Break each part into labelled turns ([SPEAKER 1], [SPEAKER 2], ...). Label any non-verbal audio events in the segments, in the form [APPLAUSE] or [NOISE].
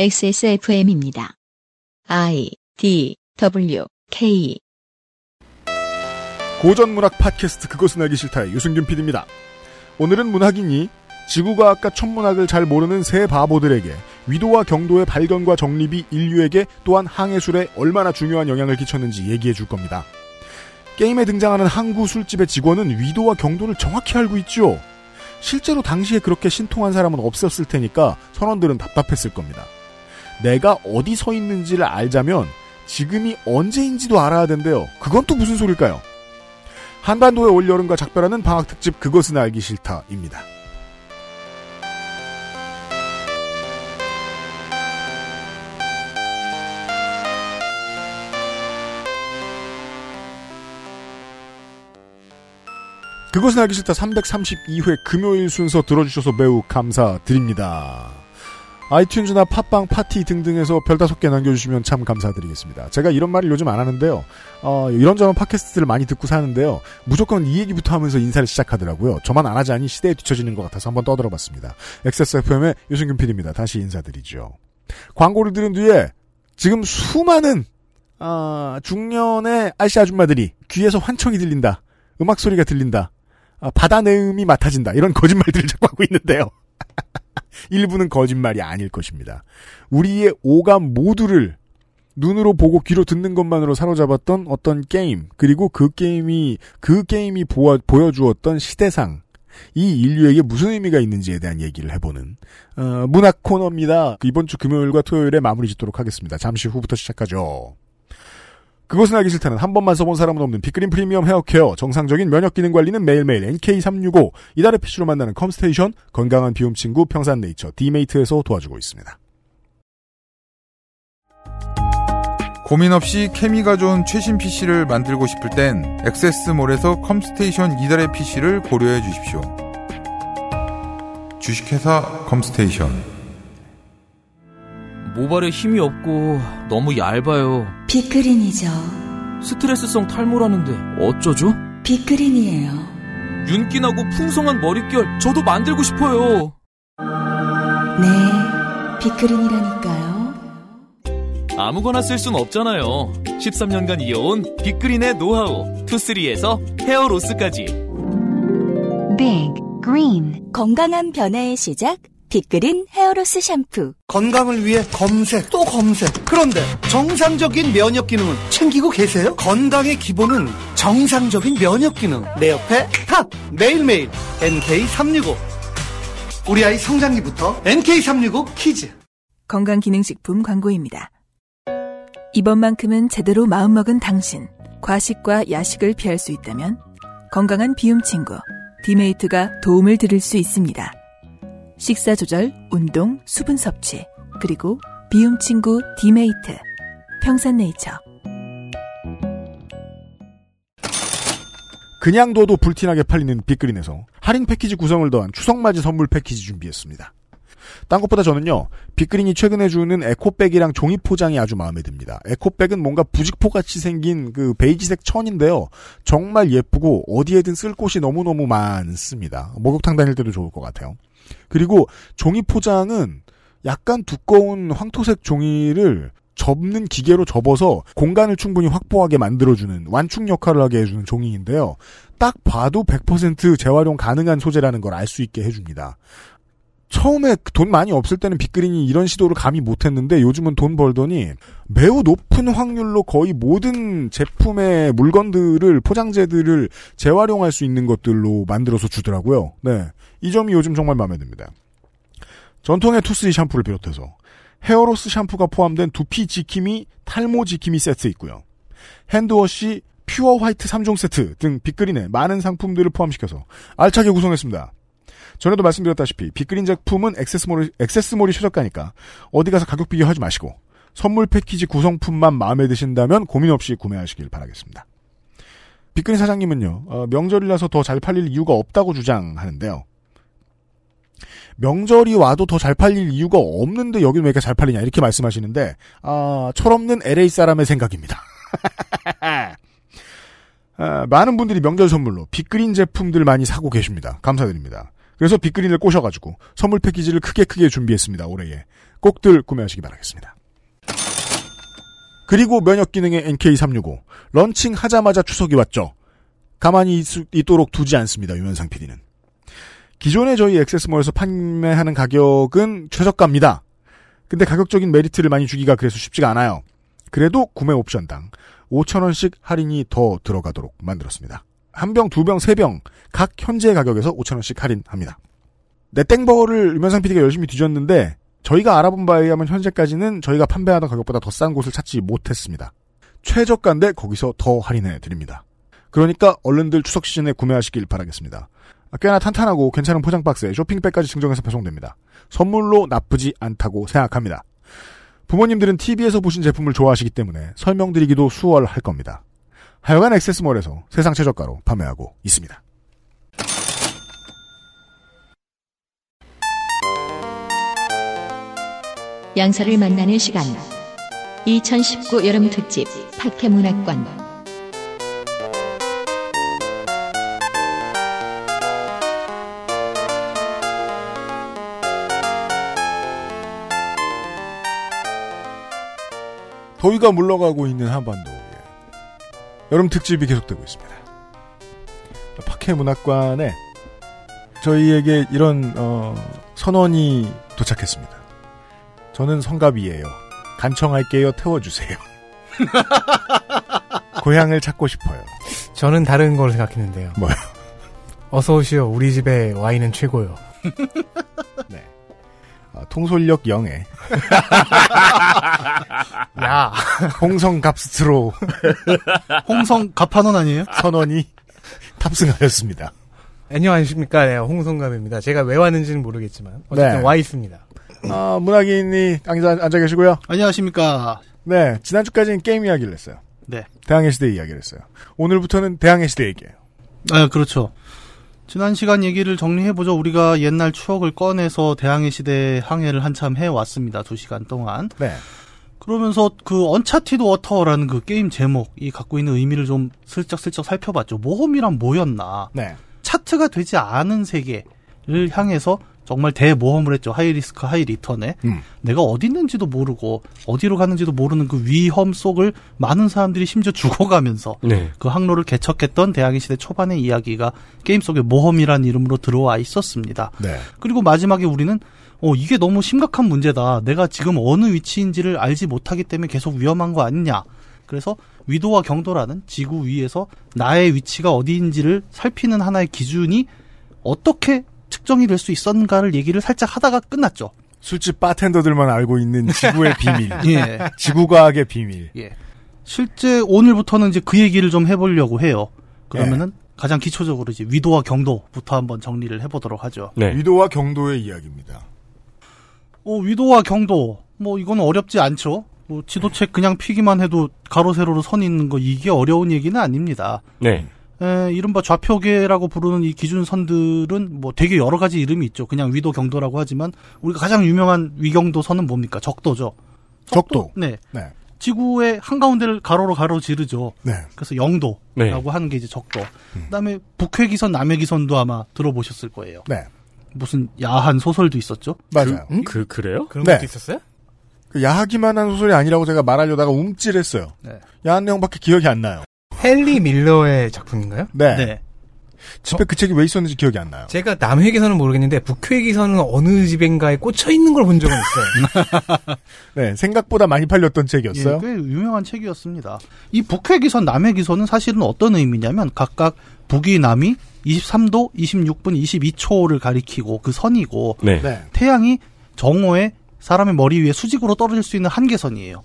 [SPEAKER 1] XSFM입니다. I D W K
[SPEAKER 2] 고전 문학 팟캐스트 그것은 알기 싫다의 유승균 PD입니다. 오늘은 문학인이 지구과학과 천문학을 잘 모르는 새 바보들에게 위도와 경도의 발견과 정립이 인류에게 또한 항해술에 얼마나 중요한 영향을 끼쳤는지 얘기해 줄 겁니다. 게임에 등장하는 항구 술집의 직원은 위도와 경도를 정확히 알고 있죠. 실제로 당시에 그렇게 신통한 사람은 없었을 테니까 선원들은 답답했을 겁니다. 내가 어디 서 있는지를 알자면 지금이 언제인지도 알아야 된대요. 그건 또 무슨 소릴까요? 한반도의 올여름과 작별하는 방학특집 그것은 알기 싫다입니다. 그것은 알기 싫다 332회 금요일 순서 들어주셔서 매우 감사드립니다. 아이튠즈나 팟빵 파티 등등에서 별 다섯 개 남겨주시면 참 감사드리겠습니다. 제가 이런 말을 요즘 안 하는데요. 어, 이런저런 팟캐스트를 많이 듣고 사는데요. 무조건 이 얘기부터 하면서 인사를 시작하더라고요. 저만 안 하자니 시대에 뒤처지는 것 같아서 한번 떠들어봤습니다. XSFM의 유승균 PD입니다. 다시 인사드리죠. 광고를 들은 뒤에 지금 수많은 아, 중년의 아씨 아줌마들이 귀에서 환청이 들린다. 음악 소리가 들린다. 아, 바다 내음이 맡아진다. 이런 거짓말들을 자꾸 하고 있는데요. [LAUGHS] 일부는 거짓말이 아닐 것입니다. 우리의 오감 모두를 눈으로 보고 귀로 듣는 것만으로 사로잡았던 어떤 게임, 그리고 그 게임이, 그 게임이 보아, 보여주었던 시대상, 이 인류에게 무슨 의미가 있는지에 대한 얘기를 해보는, 어, 문학 코너입니다. 이번 주 금요일과 토요일에 마무리 짓도록 하겠습니다. 잠시 후부터 시작하죠. 그것은 알기 싫다는 한 번만 써본 사람은 없는 빅그린 프리미엄 헤어케어 정상적인 면역 기능 관리는 매일매일 NK365 이달의 PC로 만나는 컴스테이션 건강한 비움 친구 평산네이처 디메이트에서 도와주고 있습니다.
[SPEAKER 3] 고민 없이 케미가 좋은 최신 PC를 만들고 싶을 땐 액세스몰에서 컴스테이션 이달의 PC를 고려해 주십시오. 주식회사 컴스테이션
[SPEAKER 4] 모발에 힘이 없고 너무 얇아요.
[SPEAKER 5] 비그린이죠.
[SPEAKER 4] 스트레스성 탈모라는데 어쩌죠?
[SPEAKER 5] 비그린이에요.
[SPEAKER 4] 윤기나고 풍성한 머릿결 저도 만들고 싶어요.
[SPEAKER 5] 네, 비그린이라니까요.
[SPEAKER 4] 아무거나 쓸 순 없잖아요. 13년간 이어온 빅그린의 노하우 투쓰리에서 헤어로스까지
[SPEAKER 6] Big Green
[SPEAKER 5] 건강한 변화의 시작, 비그린 헤어로스 샴푸.
[SPEAKER 7] 건강을 위해 검색 또 검색. 그런데 정상적인 면역 기능은 챙기고 계세요? 건강의 기본은 정상적인 면역 기능. 내 옆에 탑 매일매일 NK365. 우리 아이 성장기부터 NK365 키즈.
[SPEAKER 8] 건강기능식품 광고입니다. 이번만큼은 제대로 마음먹은 당신. 과식과 야식을 피할 수 있다면 건강한 비움 친구 디메이트가 도움을 드릴 수 있습니다. 식사 조절, 운동, 수분 섭취, 그리고 비움 친구 디메이트. 평산네이처.
[SPEAKER 2] 그냥 둬도 불티나게 팔리는 빅그린에서 할인 패키지 구성을 더한 추석맞이 선물 패키지 준비했습니다. 딴 것보다 저는요, 빅그린이 최근에 주는 에코백이랑 종이 포장이 아주 마음에 듭니다. 에코백은 뭔가 부직포같이 생긴 그 베이지색 천인데요. 정말 예쁘고 어디에든 쓸 곳이 너무너무 많습니다. 목욕탕 다닐 때도 좋을 것 같아요. 그리고 종이 포장은 약간 두꺼운 황토색 종이를 접는 기계로 접어서 공간을 충분히 확보하게 만들어주는 완충 역할을 하게 해주는 종이인데요. 딱 봐도 100% 재활용 가능한 소재라는 걸 알 수 있게 해줍니다. 처음에 돈 많이 없을 때는 빅그린이 이런 시도를 감히 못했는데 요즘은 돈 벌더니 매우 높은 확률로 거의 모든 제품의 물건들을 포장재들을 재활용할 수 있는 것들로 만들어서 주더라고요. 네, 이 점이 요즘 정말 마음에 듭니다. 전통의 투쓰리 샴푸를 비롯해서 헤어로스 샴푸가 포함된 두피 지킴이, 탈모 지킴이 세트 있고요. 핸드워시, 퓨어 화이트 3종 세트 등 빅그린의 많은 상품들을 포함시켜서 알차게 구성했습니다. 전에도 말씀드렸다시피 빅그린 제품은 액세스몰, 액세스몰이 최저가니까 어디 가서 가격 비교하지 마시고 선물 패키지 구성품만 마음에 드신다면 고민 없이 구매하시길 바라겠습니다. 빅그린 사장님은요 어, 명절이라서 더 잘 팔릴 이유가 없다고 주장하는데요. 명절이 와도 더 잘 팔릴 이유가 없는데 여긴 왜 이렇게 잘 팔리냐 이렇게 말씀하시는데 아, 철없는 LA 사람의 생각입니다. 아, 많은 분들이 명절 선물로 빅그린 제품들 많이 사고 계십니다. 감사드립니다. 그래서 빅그린을 꼬셔가지고 선물 패키지를 크게 크게 준비했습니다. 올해에 꼭들 구매하시기 바라겠습니다. 그리고 면역 기능의 NK365 런칭 하자마자 추석이 왔죠. 가만히 있, 도록 두지 않습니다. 유면상 PD는 기존에 저희 액세스몰에서 판매하는 가격은 최저가입니다. 근데 가격적인 메리트를 많이 주기가 그래서 쉽지가 않아요. 그래도 구매 옵션당 5,000원씩 할인이 더 들어가도록 만들었습니다. 한 병, 두 병, 세 병, 각 현재 가격에서 5,000원씩 할인합니다. 네땡버를 유명상 PD가 열심히 뒤졌는데, 저희가 알아본 바에 의하면 현재까지는 저희가 판매하던 가격보다 더 싼 곳을 찾지 못했습니다. 최저가인데 거기서 더 할인해 드립니다. 그러니까 얼른들 추석 시즌에 구매하시길 바라겠습니다. 아, 꽤나 탄탄하고 괜찮은 포장 박스에 쇼핑백까지 증정해서 배송됩니다. 선물로 나쁘지 않다고 생각합니다. 부모님들은 TV에서 보신 제품을 좋아하시기 때문에 설명드리기도 수월할 겁니다. 하여간 액세스몰에서 세상 최저가로 판매하고 있습니다.
[SPEAKER 1] 양서를 만나는 시간 2019 여름 특집 파케문학관
[SPEAKER 2] 더위가 물러가고 있는 한반도 여름 특집이 계속되고 있습니다. 파케 문학관에 저희에게 이런 어, 선언이 도착했습니다. 저는 성갑이에요. 간청할게요. 태워주세요. [LAUGHS] 고향을 찾고 싶어요.
[SPEAKER 9] 저는 다른 걸 생각했는데요.
[SPEAKER 2] 뭐요?
[SPEAKER 9] 어서 오시오. 우리 집에
[SPEAKER 2] [LAUGHS]
[SPEAKER 9] 와인은 최고요.
[SPEAKER 2] 네. 아, 통솔력 0에
[SPEAKER 9] 야,
[SPEAKER 2] 홍성갑스트로
[SPEAKER 10] 홍성 갑판원 아니에요?
[SPEAKER 2] 선원이 [LAUGHS] 탑승하였습니다.
[SPEAKER 9] 안녕하십니까. 네, 홍성갑입니다. 제가 왜 왔는지는 모르겠지만 어쨌든
[SPEAKER 2] 네.
[SPEAKER 9] 와 있습니다.
[SPEAKER 2] 아, 문학인이 앉아, 앉아 계시고요.
[SPEAKER 10] 안녕하십니까.
[SPEAKER 2] 네, 지난주까지는 게임 이야기를 했어요.
[SPEAKER 10] 네.
[SPEAKER 2] 대항해 시대 이야기를 했어요. 오늘부터는 대항해 시대 얘기예요.
[SPEAKER 10] 아, 그렇죠. 지난 시간 얘기를 정리해보죠. 우리가 옛날 추억을 꺼내서 대항해 시대 항해를 한참 해왔습니다. 두 시간 동안.
[SPEAKER 2] 네.
[SPEAKER 10] 그러면서 그 언차티드 워터라는 그 게임 제목이 갖고 있는 의미를 좀 슬쩍슬쩍 살펴봤죠. 모험이란 뭐였나.
[SPEAKER 2] 네.
[SPEAKER 10] 차트가 되지 않은 세계를 향해서 정말 대모험을 했죠. 하이 리스크 하이 리턴에
[SPEAKER 2] 음.
[SPEAKER 10] 내가 어디 있는지도 모르고 어디로 가는지도 모르는 그 위험 속을 많은 사람들이 심지어 죽어가면서
[SPEAKER 11] 네.
[SPEAKER 10] 그 항로를 개척했던 대항해 시대 초반의 이야기가 게임 속에 모험이라는 이름으로 들어와 있었습니다.
[SPEAKER 2] 네.
[SPEAKER 10] 그리고 마지막에 우리는 어 이게 너무 심각한 문제다. 내가 지금 어느 위치인지를 알지 못하기 때문에 계속 위험한 거 아니냐. 그래서 위도와 경도라는 지구 위에서 나의 위치가 어디인지를 살피는 하나의 기준이 어떻게 측정이 될 수 있었는가를 얘기를 살짝 하다가 끝났죠.
[SPEAKER 2] 술집 바텐더들만 알고 있는 [LAUGHS] 지구의 비밀.
[SPEAKER 10] 예.
[SPEAKER 2] 지구과학의 비밀.
[SPEAKER 10] 예. 실제 오늘부터는 이제 그 얘기를 좀 해보려고 해요. 그러면은 가장 기초적으로 이제 위도와 경도부터 한번 정리를 해보도록 하죠.
[SPEAKER 11] 네.
[SPEAKER 2] 위도와 경도의 이야기입니다.
[SPEAKER 10] 어, 위도와 경도. 뭐 이건 어렵지 않죠. 뭐 지도책 그냥 피기만 해도 가로 세로로 선 있는 거 이게 어려운 얘기는 아닙니다.
[SPEAKER 11] 네.
[SPEAKER 10] 에, 이른바 좌표계라고 부르는 이 기준선들은 뭐 되게 여러 가지 이름이 있죠. 그냥 위도 경도라고 하지만 우리가 가장 유명한 위경도 선은 뭡니까? 적도죠.
[SPEAKER 2] 적도.
[SPEAKER 10] 네.
[SPEAKER 2] 네.
[SPEAKER 10] 지구의 한가운데를 가로로 가로지르죠.
[SPEAKER 2] 네.
[SPEAKER 10] 그래서 영도라고
[SPEAKER 11] 네.
[SPEAKER 10] 하는 게 이제 적도. 그다음에 북회기선, 남해기선도 아마 들어보셨을 거예요.
[SPEAKER 2] 네.
[SPEAKER 10] 무슨 야한 소설도 있었죠.
[SPEAKER 2] 맞아요. 그,
[SPEAKER 11] 음? 그, 그래요?
[SPEAKER 9] 그런
[SPEAKER 2] 네.
[SPEAKER 9] 것도 있었어요?
[SPEAKER 2] 야하기만 한 소설이 아니라고 제가 말하려다가 움찔했어요.
[SPEAKER 10] 네.
[SPEAKER 2] 야한 내용밖에 기억이 안 나요.
[SPEAKER 9] 헨리 밀러의 작품인가요?
[SPEAKER 2] 네.
[SPEAKER 10] 네.
[SPEAKER 2] 집에 그 책이 왜 있었는지 기억이 안 나요.
[SPEAKER 9] 제가 남회기선은 모르겠는데 북회기선은 어느 집인가에 꽂혀 있는 걸 본 적은 있어요.
[SPEAKER 2] 네. 생각보다 많이 팔렸던 책이었어요.
[SPEAKER 10] 예, 꽤 유명한 책이었습니다. 이 북회기선, 남해기선은 사실은 어떤 의미냐면 각각 북이 남이 23도 26분 22초를 가리키고 그 선이고
[SPEAKER 11] 네.
[SPEAKER 2] 네.
[SPEAKER 10] 태양이 정오에 사람의 머리 위에 수직으로 떨어질 수 있는 한계선이에요.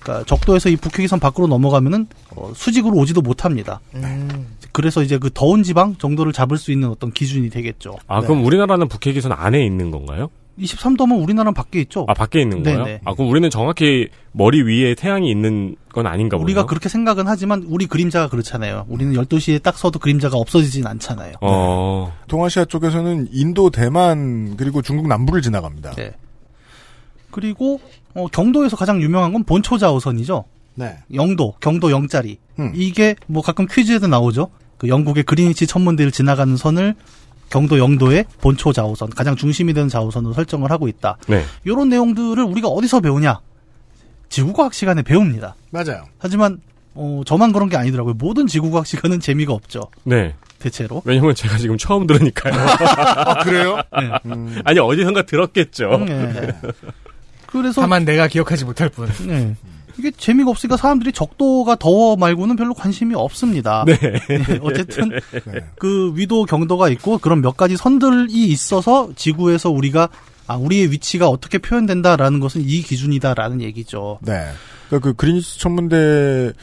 [SPEAKER 10] 그러니까 적도에서 이 북회기선 밖으로 넘어가면은 어, 수직으로 오지도 못합니다.
[SPEAKER 2] 음.
[SPEAKER 10] 그래서 이제 그 더운 지방 정도를 잡을 수 있는 어떤 기준이 되겠죠.
[SPEAKER 11] 아, 그럼 우리나라는 북해기선 안에 있는 건가요?
[SPEAKER 10] 23도면 우리나라는 밖에 있죠.
[SPEAKER 11] 아, 밖에 있는 거예요?
[SPEAKER 10] 네네.
[SPEAKER 11] 아, 그럼 우리는 정확히 머리 위에 태양이 있는 건 아닌가 보네요.
[SPEAKER 10] 우리가 그렇게 생각은 하지만 우리 그림자가 그렇잖아요. 우리는 12시에 딱 서도 그림자가 없어지진 않잖아요.
[SPEAKER 11] 어,
[SPEAKER 2] 동아시아 쪽에서는 인도, 대만, 그리고 중국 남부를 지나갑니다.
[SPEAKER 10] 네. 그리고 어, 경도에서 가장 유명한 건 본초자우선이죠.
[SPEAKER 2] 네.
[SPEAKER 10] 영도, 경도 영짜리.
[SPEAKER 2] 음.
[SPEAKER 10] 이게 뭐 가끔 퀴즈에도 나오죠. 그 영국의 그린위치 천문대를 지나가는 선을 경도 영도의 본초 좌우선 가장 중심이 되는 좌우선으로 설정을 하고 있다.
[SPEAKER 11] 네.
[SPEAKER 10] 이런 내용들을 우리가 어디서 배우냐? 지구과학 시간에 배웁니다.
[SPEAKER 2] 맞아요.
[SPEAKER 10] 하지만 어, 저만 그런 게 아니더라고요. 모든 지구과학 시간은 재미가 없죠.
[SPEAKER 11] 네.
[SPEAKER 10] 대체로.
[SPEAKER 11] 왜냐면 제가 지금 처음 들으니까요. [LAUGHS]
[SPEAKER 2] 그래요?
[SPEAKER 11] 아니, 어디선가 들었겠죠.
[SPEAKER 10] 네. 그래서
[SPEAKER 9] 그렇죠. 다만 내가 기억하지 못할 뿐.
[SPEAKER 10] 네. 이게 재미가 없으니까 사람들이 적도가 더워 말고는 별로 관심이 없습니다.
[SPEAKER 9] 네.
[SPEAKER 10] 네, 어쨌든 그 위도 경도가 있고 그런 몇 가지 선들이 있어서 지구에서 우리가 아 우리의 위치가 어떻게 표현된다라는 것은 이 기준이다라는 얘기죠.
[SPEAKER 2] 네. 그러니까 그 그린스 천문대를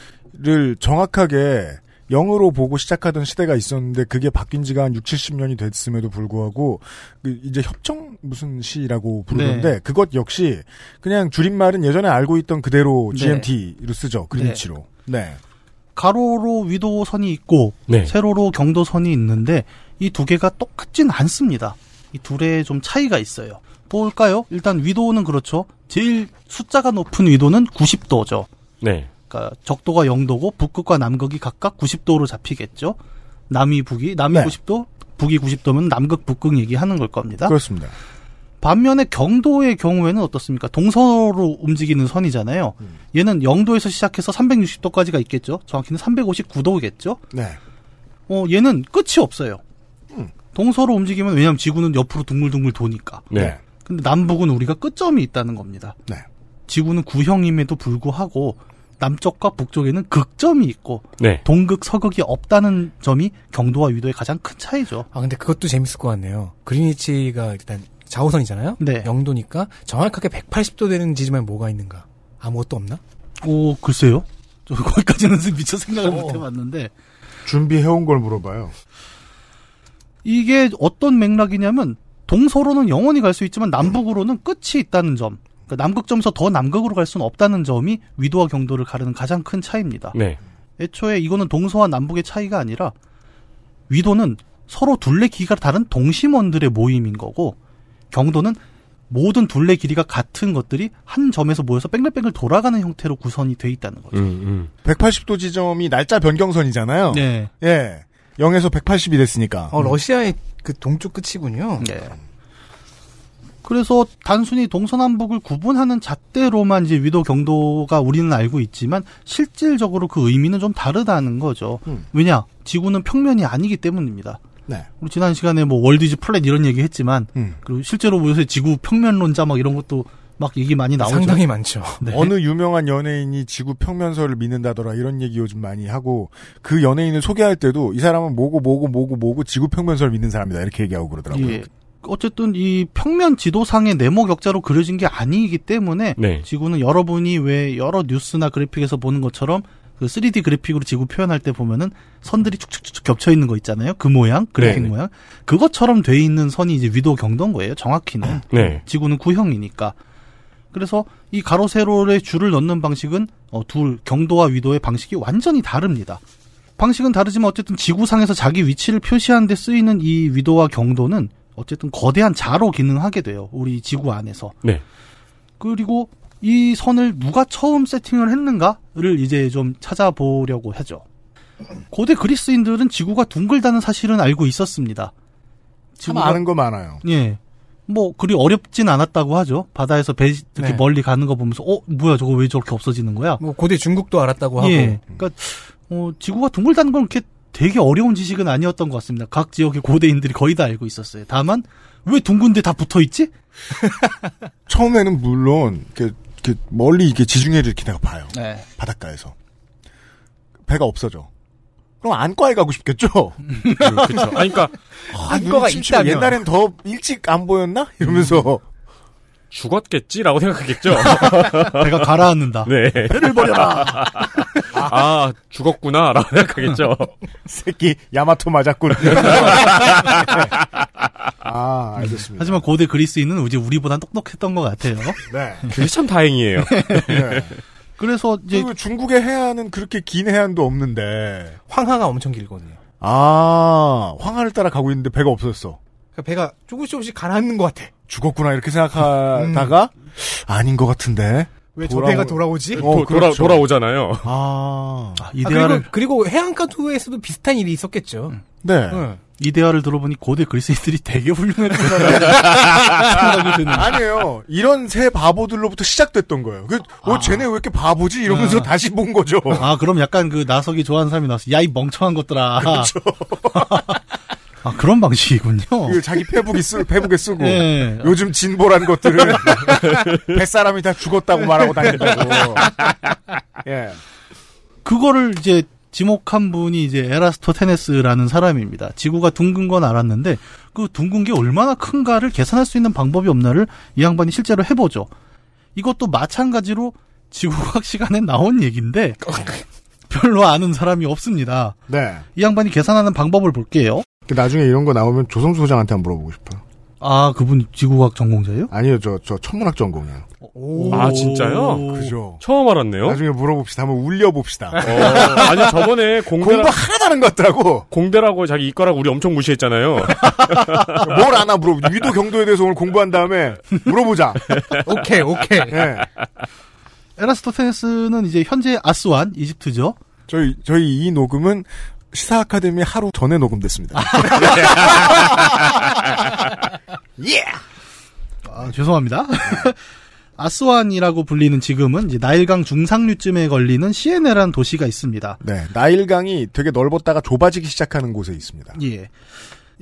[SPEAKER 2] 정확하게 영으로 보고 시작하던 시대가 있었는데 그게 바뀐 지가 한 6, 70년이 됐음에도 불구하고 그 이제 협정 무슨 시라고 부르는데
[SPEAKER 10] 네.
[SPEAKER 2] 그것 역시 그냥 줄임말은 예전에 알고 있던 그대로
[SPEAKER 10] 네.
[SPEAKER 2] GMT로 쓰죠. 그린치로. 네.
[SPEAKER 10] 가로로 위도선이 있고
[SPEAKER 2] 네.
[SPEAKER 10] 세로로 경도선이 있는데 이 두 개가 똑같진 않습니다. 이 둘의 좀 차이가 있어요. 볼까요? 일단 위도는 그렇죠. 제일 숫자가 높은 위도는 90도죠.
[SPEAKER 11] 네.
[SPEAKER 10] 그러니까 적도가 0도고 북극과 남극이 각각 90도로 잡히겠죠. 남이 북이 남이
[SPEAKER 2] 네.
[SPEAKER 10] 90도, 북이 90도면 남극 북극 얘기하는 걸 겁니다.
[SPEAKER 2] 그렇습니다.
[SPEAKER 10] 반면에 경도의 경우에는 어떻습니까? 동서로 움직이는 선이잖아요.
[SPEAKER 2] 음.
[SPEAKER 10] 얘는 0도에서 시작해서 360도까지가 있겠죠. 정확히는 359도겠죠.
[SPEAKER 2] 네.
[SPEAKER 10] 어, 얘는 끝이 없어요. 동서로 움직이면 왜냐하면 지구는 옆으로 둥글둥글 도니까.
[SPEAKER 11] 네.
[SPEAKER 10] 근데 남북은 우리가 끝점이 있다는 겁니다.
[SPEAKER 2] 네.
[SPEAKER 10] 지구는 구형임에도 불구하고 남쪽과 북쪽에는 극점이 있고
[SPEAKER 11] 네.
[SPEAKER 10] 동극 서극이 없다는 점이 경도와 위도의 가장 큰 차이죠.
[SPEAKER 9] 아 근데 그것도 재밌을 것 같네요. 그린위치가 일단 좌우선이잖아요. 영도니까 정확하게 180도 되는 지점에 뭐가 있는가? 아무것도 없나?
[SPEAKER 10] 오 글쎄요. 어. 저 거기까지는 [LAUGHS] 미처 생각을 못 해봤는데
[SPEAKER 2] 준비해온 걸 물어봐요.
[SPEAKER 10] 이게 어떤 맥락이냐면 동서로는 영원히 갈 수 있지만 남북으로는 끝이 있다는 점. 그러니까 남극점에서 더 남극으로 갈 수는 없다는 점이 위도와 경도를 가르는 가장 큰 차이입니다.
[SPEAKER 11] 네.
[SPEAKER 10] 애초에 이거는 동서와 남북의 차이가 아니라 위도는 서로 둘레 길이가 다른 동심원들의 모임인 거고 경도는 모든 둘레 길이가 같은 것들이 한 점에서 모여서 뺑글뺑글 돌아가는 형태로 구성이 돼 있다는 거죠.
[SPEAKER 2] 180도 지점이 날짜 변경선이잖아요.
[SPEAKER 10] 네.
[SPEAKER 2] 예. 0에서 180이 됐으니까. 음.
[SPEAKER 9] 어 러시아의 그 동쪽 끝이군요.
[SPEAKER 10] 네. 그래서 단순히 동서남북을 구분하는 잣대로만 이제 위도 경도가 우리는 알고 있지만 실질적으로 그 의미는 좀 다르다는 거죠.
[SPEAKER 9] 음.
[SPEAKER 10] 왜냐? 지구는 평면이 아니기 때문입니다.
[SPEAKER 2] 네.
[SPEAKER 10] 우리 지난 시간에 뭐 월드지 플랫 이런 얘기 했지만
[SPEAKER 2] 음.
[SPEAKER 10] 그리고 실제로 뭐 요새 지구 평면론자 막 이런 것도 막 얘기 많이 나오죠.
[SPEAKER 9] 상당히 많죠.
[SPEAKER 10] 네.
[SPEAKER 2] 어느 유명한 연예인이 지구 평면설을 믿는다더라 이런 얘기 요즘 많이 하고 그 연예인을 소개할 때도 이 사람은 뭐고 뭐고 뭐고 뭐고 지구 평면설을 믿는 사람이다 이렇게 얘기하고 그러더라고요.
[SPEAKER 10] 예. 어쨌든 이 평면 지도상의 네모 격자로 그려진 게 아니기 때문에
[SPEAKER 2] 네.
[SPEAKER 10] 지구는 여러분이 왜 여러 뉴스나 그래픽에서 보는 것처럼 그 3D 그래픽으로 지구 표현할 때 보면은 선들이 축축축축 겹쳐 있는 거 있잖아요. 그 모양, 그래픽
[SPEAKER 11] 네.
[SPEAKER 10] 모양. 그것처럼 돼 있는 선이 이제 위도 경도인 거예요.
[SPEAKER 2] 아,
[SPEAKER 10] 정확히는.
[SPEAKER 11] 네.
[SPEAKER 10] 지구는 구형이니까. 그래서 이 가로 세로의 줄을 넣는 방식은 어, 둘 경도와 위도의 방식이 완전히 다릅니다. 방식은 다르지만 어쨌든 지구상에서 자기 위치를 표시하는 데 쓰이는 이 위도와 경도는 어쨌든 거대한 자로 기능하게 돼요. 우리 지구 안에서.
[SPEAKER 11] 네.
[SPEAKER 10] 그리고 이 선을 누가 처음 세팅을 했는가를 이제 좀 찾아보려고 하죠. 고대 그리스인들은 지구가 둥글다는 사실은 알고 있었습니다.
[SPEAKER 2] 참 아는 거 많아요.
[SPEAKER 10] 예. 뭐 그리 어렵진 않았다고 하죠. 바다에서 배 이렇게
[SPEAKER 9] 네.
[SPEAKER 10] 멀리 가는 거 보면서 어 뭐야 저거 왜 저렇게 없어지는 거야?
[SPEAKER 9] 뭐 고대 중국도 알았다고 하고.
[SPEAKER 2] 음.
[SPEAKER 10] 예. 그러니까 어, 지구가 둥글다는 건 이렇게 되게 어려운 지식은 아니었던 것 같습니다. 각 지역의 고대인들이 거의 다 알고 있었어요. 다만 왜 둥근데 다 붙어 있지?
[SPEAKER 2] 처음에는 물론 이렇게, 이렇게 멀리 이렇게 지중해를 이렇게 내가 봐요.
[SPEAKER 10] 네.
[SPEAKER 2] 바닷가에서 배가 없어져. 그럼 안과에 가고 싶겠죠.
[SPEAKER 11] 그렇죠. 아니, 그러니까
[SPEAKER 2] 안과가 있다. 옛날엔 더 일찍 안 보였나 이러면서
[SPEAKER 11] 음. 죽었겠지라고 생각하겠죠.
[SPEAKER 2] [LAUGHS]
[SPEAKER 10] 배가 가라앉는다.
[SPEAKER 11] 네.
[SPEAKER 2] 배를 버려라.
[SPEAKER 11] [LAUGHS] 아, 죽었구나라고 생각하겠죠.
[SPEAKER 2] [LAUGHS] 새끼 야마토
[SPEAKER 11] [LAUGHS]
[SPEAKER 2] 맞았군. 아 알겠습니다.
[SPEAKER 10] 하지만 고대 그리스인은 이제 우리보다 똑똑했던 것 같아요.
[SPEAKER 2] 네.
[SPEAKER 11] 그게 참 다행이에요.
[SPEAKER 2] 네.
[SPEAKER 10] 그래서 이제
[SPEAKER 2] 그리고 중국의 해안은 그렇게 긴 해안도 없는데
[SPEAKER 9] 황하가 엄청 길거든요.
[SPEAKER 2] 아 황하를 따라 가고 있는데 배가 없었어.
[SPEAKER 9] 그러니까 배가 조금씩 조금씩 가라앉는 것 같아.
[SPEAKER 2] 죽었구나 이렇게 생각하다가 아닌 것 같은데
[SPEAKER 9] 왜 저배가 돌아오지?
[SPEAKER 10] 어,
[SPEAKER 11] 도- 돌아,
[SPEAKER 10] 그렇죠.
[SPEAKER 11] 돌아오잖아요.
[SPEAKER 10] 아,
[SPEAKER 9] 이데아를
[SPEAKER 10] 이데아를-
[SPEAKER 9] 그리고, 그리고 해안가도에서도 비슷한 일이 있었겠죠.
[SPEAKER 11] 음.
[SPEAKER 10] 네.
[SPEAKER 9] 응.
[SPEAKER 10] 이데아를 들어보니 고대 그리스인들이
[SPEAKER 2] [LAUGHS]
[SPEAKER 10] 되게 훌륭했구나. 생각이 드는.
[SPEAKER 2] 아니에요. 이런 새 바보들로부터 시작됐던 거예요. 그, 어, 쟤네 왜 이렇게 바보지? 이러면서
[SPEAKER 10] 아.
[SPEAKER 2] 다시 본 거죠.
[SPEAKER 10] 아, 그럼 약간 그 나석이 좋아하는 사람이 나왔어. 야, 이 멍청한 것들아.
[SPEAKER 2] 그렇죠.
[SPEAKER 10] [LAUGHS] 아, 그런 방식이군요.
[SPEAKER 2] 그 자기 페북이 쓰, 페북에 쓰고.
[SPEAKER 10] 예.
[SPEAKER 2] 요즘 진보란 것들은 [LAUGHS] 뱃사람이 다 죽었다고 말하고 다닌다고. 예.
[SPEAKER 10] 그거를 이제 지목한 분이 이제 에라스토테네스라는 사람입니다. 지구가 둥근 건 알았는데 그 둥근 게 얼마나 큰가를 계산할 수 있는 방법이 없나를 이 양반이 실제로 해보죠. 이것도 마찬가지로 지구과학 [LAUGHS] 시간에 나온 얘기인데 별로 아는 사람이 없습니다.
[SPEAKER 2] 네.
[SPEAKER 10] 이 양반이 계산하는 방법을 볼게요.
[SPEAKER 2] 나중에 이런 거 나오면 조성수 소장한테 한번 물어보고 싶어요.
[SPEAKER 10] 아, 그분 지구과학 전공자예요?
[SPEAKER 2] 아니요, 저, 저 천문학 전공이에요.
[SPEAKER 11] 아, 진짜요?
[SPEAKER 2] 그죠.
[SPEAKER 11] 처음 알았네요.
[SPEAKER 2] 나중에 물어봅시다. 한번 울려봅시다.
[SPEAKER 11] 어, 아니 저번에
[SPEAKER 2] [LAUGHS]
[SPEAKER 11] 공대
[SPEAKER 2] 공부 하나도 안것 같더라고.
[SPEAKER 11] 공대라고 자기 이과라고 우리 엄청 무시했잖아요.
[SPEAKER 2] [LAUGHS] 뭘 아나 물어보자. 위도 경도에 대해서 오늘 공부한 다음에 물어보자.
[SPEAKER 9] 오케이, 오케이.
[SPEAKER 11] 네.
[SPEAKER 2] 예.
[SPEAKER 10] 에라스토테네스는 이제 현재 아스완, 이집트죠.
[SPEAKER 2] 저희, 저희 이 녹음은 시사 아카데미 하루 전에 녹음됐습니다. 예!
[SPEAKER 10] 아, 죄송합니다. [LAUGHS] 아스완이라고 불리는 지금은 이제 나일강 중상류쯤에 걸리는 시에네라는 도시가 있습니다.
[SPEAKER 2] 네. 나일강이 되게 넓었다가 좁아지기 시작하는 곳에 있습니다.
[SPEAKER 10] 예.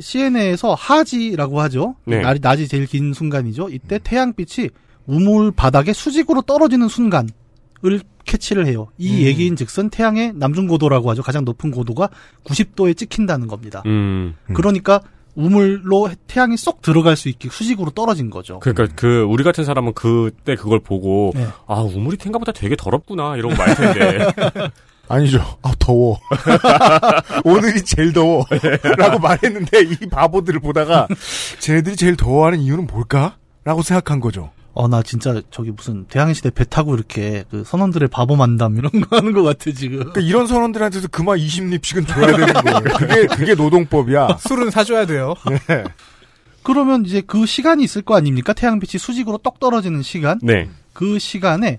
[SPEAKER 10] 시에네에서 하지라고 하죠.
[SPEAKER 2] 네.
[SPEAKER 10] 날이 낮이 제일 긴 순간이죠. 이때 태양빛이 우물 바닥에 수직으로 떨어지는 순간을 캐치를 해요. 이 얘기인 즉슨 태양의 남중고도라고 하죠. 가장 높은 고도가 90도에 찍힌다는 겁니다.
[SPEAKER 11] 음.
[SPEAKER 10] 그러니까 우물로 태양이 쏙 들어갈 수 있게 수직으로 떨어진 거죠.
[SPEAKER 11] 그러니까 그 우리 같은 사람은 그때 그걸 보고
[SPEAKER 10] 네.
[SPEAKER 11] 아 우물이 생각보다 되게 더럽구나 이러고 말 텐데
[SPEAKER 2] 아니죠. 아, 더워. [LAUGHS] 오늘이 제일 더워. 라고 말했는데, 이 바보들을 보다가, 쟤네들이 제일 더워하는 이유는 뭘까? 라고 생각한 거죠.
[SPEAKER 10] 어, 나 진짜 저기 무슨 대항해시대 배 타고 이렇게 그 선원들의 바보 만담 이런 거 하는 것 같아, 지금.
[SPEAKER 2] 그러니까 이런 선원들한테도 그만 20립씩은 줘야 되는
[SPEAKER 11] [LAUGHS]
[SPEAKER 2] 거예요. 그게, 그게 노동법이야.
[SPEAKER 9] 술은 사줘야 돼요.
[SPEAKER 2] 네.
[SPEAKER 10] 그러면 이제 그 시간이 있을 거 아닙니까? 태양빛이 수직으로 똑 떨어지는 시간.
[SPEAKER 11] 네.
[SPEAKER 10] 그 시간에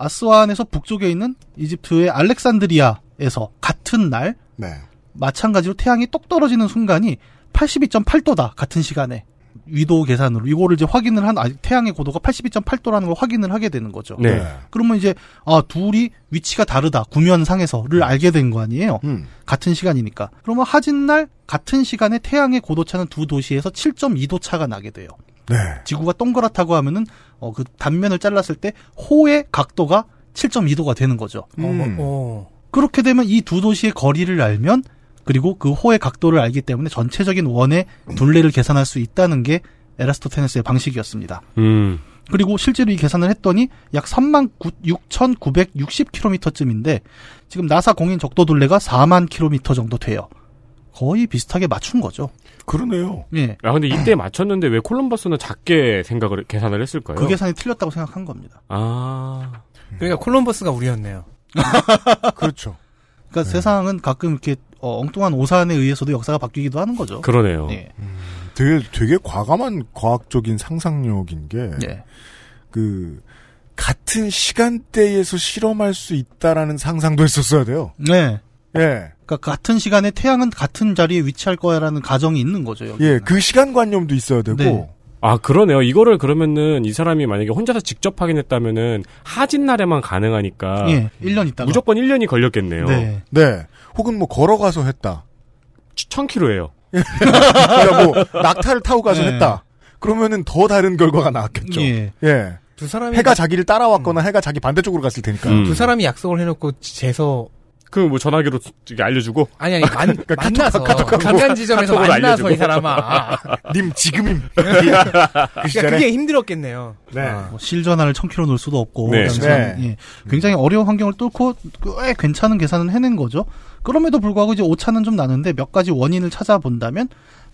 [SPEAKER 10] 아스완에서 북쪽에 있는 이집트의 알렉산드리아에서 같은 날
[SPEAKER 2] 네.
[SPEAKER 10] 마찬가지로 태양이 똑 떨어지는 순간이 82.8도다 같은 시간에 위도 계산으로 이거를 이제 확인을 한 아, 태양의 고도가 82.8도라는 걸 확인을 하게 되는 거죠.
[SPEAKER 11] 네.
[SPEAKER 10] 그러면 이제 아 둘이 위치가 다르다 구면상에서를 알게 된 거 아니에요.
[SPEAKER 2] 음.
[SPEAKER 10] 같은 시간이니까. 그러면 하진 날 같은 시간에 태양의 고도 차는 두 도시에서 7.2도 차가 나게 돼요.
[SPEAKER 2] 네.
[SPEAKER 10] 지구가 동그랗다고 하면은 어, 그 단면을 잘랐을 때 호의 각도가 7.2도가 되는 거죠.
[SPEAKER 2] 음.
[SPEAKER 9] 어.
[SPEAKER 10] 그렇게 되면 이 두 도시의 거리를 알면 그리고 그 호의 각도를 알기 때문에 전체적인 원의 둘레를 계산할 수 있다는 게 에라스토테네스의 방식이었습니다.
[SPEAKER 11] 음.
[SPEAKER 10] 그리고 실제로 이 계산을 했더니 약 3만 6,960km쯤인데 지금 나사 공인 적도 둘레가 4만 km 정도 돼요. 거의 비슷하게 맞춘 거죠.
[SPEAKER 2] 그러네요.
[SPEAKER 10] 예.
[SPEAKER 11] 아 근데 이때 맞췄는데 왜 콜럼버스는 작게 생각을 계산을 했을까요?
[SPEAKER 10] 그 계산이 틀렸다고 생각한 겁니다.
[SPEAKER 11] 아
[SPEAKER 9] 그러니까 콜럼버스가 우리였네요.
[SPEAKER 2] [LAUGHS] 그렇죠.
[SPEAKER 11] 네.
[SPEAKER 10] 그러니까 세상은 가끔 이렇게 어, 엉뚱한 오산에 의해서도 역사가 바뀌기도 하는 거죠.
[SPEAKER 11] 그러네요.
[SPEAKER 10] 예.
[SPEAKER 2] 되게, 되게 과감한 과학적인 상상력인 게,
[SPEAKER 11] 네.
[SPEAKER 10] 예.
[SPEAKER 2] 그, 같은 시간대에서 실험할 수 있다라는 상상도 했었어야 돼요.
[SPEAKER 10] 네.
[SPEAKER 2] 예.
[SPEAKER 10] 그러니까 같은 시간에 태양은 같은 자리에 위치할 거야라는 가정이 있는 거죠. 여기.
[SPEAKER 2] 예, 그 시간 관념도 있어야 되고,
[SPEAKER 10] 네.
[SPEAKER 11] 아 그러네요. 이거를 그러면은 이 사람이 만약에 혼자서 직접 확인했다면은 하진 날에만 가능하니까
[SPEAKER 10] 예. 1년 있다가.
[SPEAKER 11] 아. 무조건 1년이 걸렸겠네요.
[SPEAKER 10] 네.
[SPEAKER 2] 네. 혹은 뭐 걸어가서 했다.
[SPEAKER 11] 1000km예요.
[SPEAKER 2] [LAUGHS] 그러니까 뭐 낙타를 타고 가서
[SPEAKER 10] 네.
[SPEAKER 2] 했다. 그러면은 더 다른 결과가 나왔겠죠. 예.
[SPEAKER 10] 예.
[SPEAKER 9] 두 사람이
[SPEAKER 2] 해가 자기를 따라왔거나 해가 자기 반대쪽으로 갔을 테니까.
[SPEAKER 11] 음.
[SPEAKER 9] 두 사람이 약속을 해놓고 재서
[SPEAKER 11] 그 뭐 전화기로 이렇게 알려주고 그러니까
[SPEAKER 9] 아니 아니
[SPEAKER 11] [LAUGHS]
[SPEAKER 9] 만, 만나서
[SPEAKER 2] 카톡하고
[SPEAKER 9] 간간 지점에서
[SPEAKER 11] 카톡으로
[SPEAKER 9] 만나서
[SPEAKER 11] 알려주고.
[SPEAKER 9] 이 사람아.
[SPEAKER 11] [LAUGHS]
[SPEAKER 9] 아,
[SPEAKER 2] 님 지금임. 그
[SPEAKER 9] 그러니까
[SPEAKER 2] 시절에.
[SPEAKER 9] 그게 힘들었겠네요.
[SPEAKER 2] 네.
[SPEAKER 9] 아.
[SPEAKER 10] 뭐 실전화를 1000km 놓을 수도 없고.
[SPEAKER 11] 네.
[SPEAKER 10] 그다음에
[SPEAKER 2] 네.
[SPEAKER 10] 예. 굉장히 어려운 환경을 뚫고 꽤 괜찮은 계산을 해낸 거죠. 그럼에도 불구하고 이제 오차는 좀 나는데 몇 가지 원인을 찾아본다면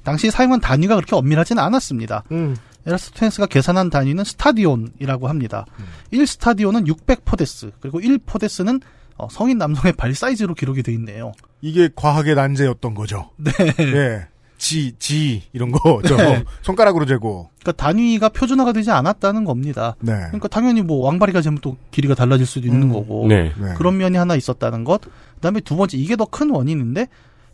[SPEAKER 10] 당시 사용한 단위가 그렇게 엄밀하지는 않았습니다.
[SPEAKER 2] 음.
[SPEAKER 10] 에라스토테네스가 계산한 단위는 스타디온이라고 합니다.
[SPEAKER 2] 음.
[SPEAKER 10] 1스타디온은 600포데스, 그리고 1포데스는 어, 성인 남성의 발 사이즈로 기록이 돼 있네요.
[SPEAKER 2] 이게 과학의 난제였던 거죠. 네. 예. 지, 지, 이런 거, 저, 손가락으로 재고.
[SPEAKER 10] 그러니까 단위가 표준화가 되지 않았다는 겁니다.
[SPEAKER 2] 네.
[SPEAKER 10] 그러니까 당연히 뭐 왕바리가 재면 또 길이가 달라질 수도 있는 거고
[SPEAKER 11] 네.
[SPEAKER 2] 네.
[SPEAKER 10] 그런 면이 하나 있었다는 것. 그다음에 두 번째 이게 더 큰 원인인데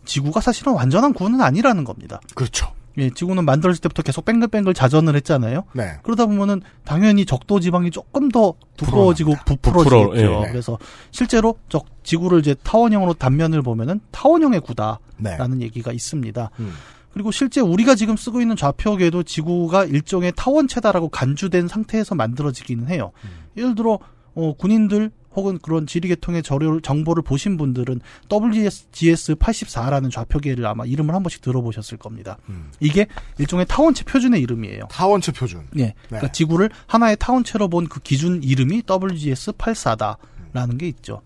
[SPEAKER 10] 지구가 사실은 완전한 구는 아니라는 겁니다.
[SPEAKER 2] 그렇죠.
[SPEAKER 10] 예, 지구는 만들어질 때부터 계속 뱅글뱅글 자전을 했잖아요.
[SPEAKER 2] 네.
[SPEAKER 10] 그러다 보면은 당연히 적도 지방이 조금 더 두꺼워지고
[SPEAKER 11] 부풀어,
[SPEAKER 10] 부풀어지겠죠.
[SPEAKER 11] 예. 네.
[SPEAKER 10] 그래서 실제로 적 지구를 이제 타원형으로 단면을 보면은 타원형의
[SPEAKER 2] 네.
[SPEAKER 10] 구다라는 얘기가 있습니다.
[SPEAKER 2] 음.
[SPEAKER 10] 그리고 실제 우리가 지금 쓰고 있는 좌표계도 지구가 일종의 타원체다라고 간주된 상태에서 만들어지기는 해요. 예를 들어 어, 군인들 혹은 그런 지리계통의 저를 정보를 보신 분들은 WGS 84라는 좌표계를 아마 이름을 한 번씩 들어보셨을 겁니다. 이게 일종의 타원체 표준의 이름이에요.
[SPEAKER 2] 타원체 표준.
[SPEAKER 10] 예.
[SPEAKER 9] 네.
[SPEAKER 10] 그러니까 지구를 하나의 타운체로 본 그 기준 이름이 WGS84다라는 게 있죠.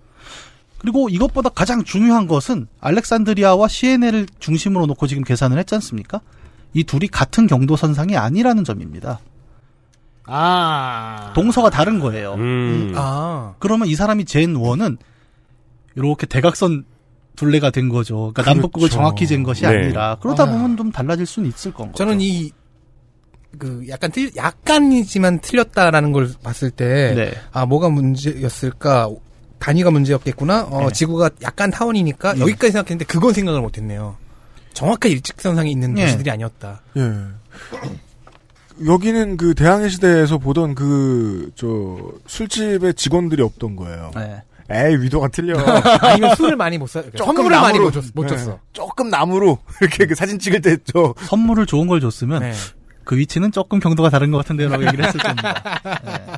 [SPEAKER 10] 그리고 이것보다 가장 중요한 것은 알렉산드리아와 시에네를 중심으로 놓고 지금 계산을 했지 않습니까? 이 둘이 같은 경도선상이 아니라는 점입니다.
[SPEAKER 7] 아.
[SPEAKER 10] 동서가 다른
[SPEAKER 11] 음.
[SPEAKER 10] 거예요.
[SPEAKER 9] 음. 아.
[SPEAKER 10] 그러면 이 사람이 잰 원은 이렇게 대각선 둘레가 된 거죠. 그러니까 남북극을
[SPEAKER 9] 그렇죠.
[SPEAKER 10] 정확히 잰 것이
[SPEAKER 9] 네.
[SPEAKER 10] 아니라 그러다
[SPEAKER 9] 아.
[SPEAKER 10] 보면 좀 달라질 수는 있을 건 거죠.
[SPEAKER 9] 저는 이, 그, 약간 틀, 약간이지만 틀렸다라는 걸 봤을 때,
[SPEAKER 10] 네.
[SPEAKER 9] 아, 뭐가 문제였을까, 단위가 문제였겠구나, 어,
[SPEAKER 10] 네.
[SPEAKER 9] 지구가 약간 타원이니까,
[SPEAKER 10] 네.
[SPEAKER 9] 여기까지 생각했는데, 그건 생각을 못했네요. 정확하게 일직선상에 있는
[SPEAKER 2] 네.
[SPEAKER 9] 도시들이 아니었다.
[SPEAKER 2] 예. 여기는 그 대항해 시대에서 보던 그, 저, 술집에 직원들이 없던 거예요. 에이, 위도가 틀려.
[SPEAKER 9] 아니면 술을 많이 못 사,
[SPEAKER 2] [LAUGHS]
[SPEAKER 9] 선물을 많이 못 줬- 못
[SPEAKER 2] 네.
[SPEAKER 9] 줬어.
[SPEAKER 2] 조금 나무로, 이렇게 그 사진 찍을 때, 저.
[SPEAKER 10] 선물을 좋은 걸 줬으면
[SPEAKER 9] 네.
[SPEAKER 10] 그 위치는 조금 경도가 다른 것 같은데라고 얘기를 했을 겁니다. 예.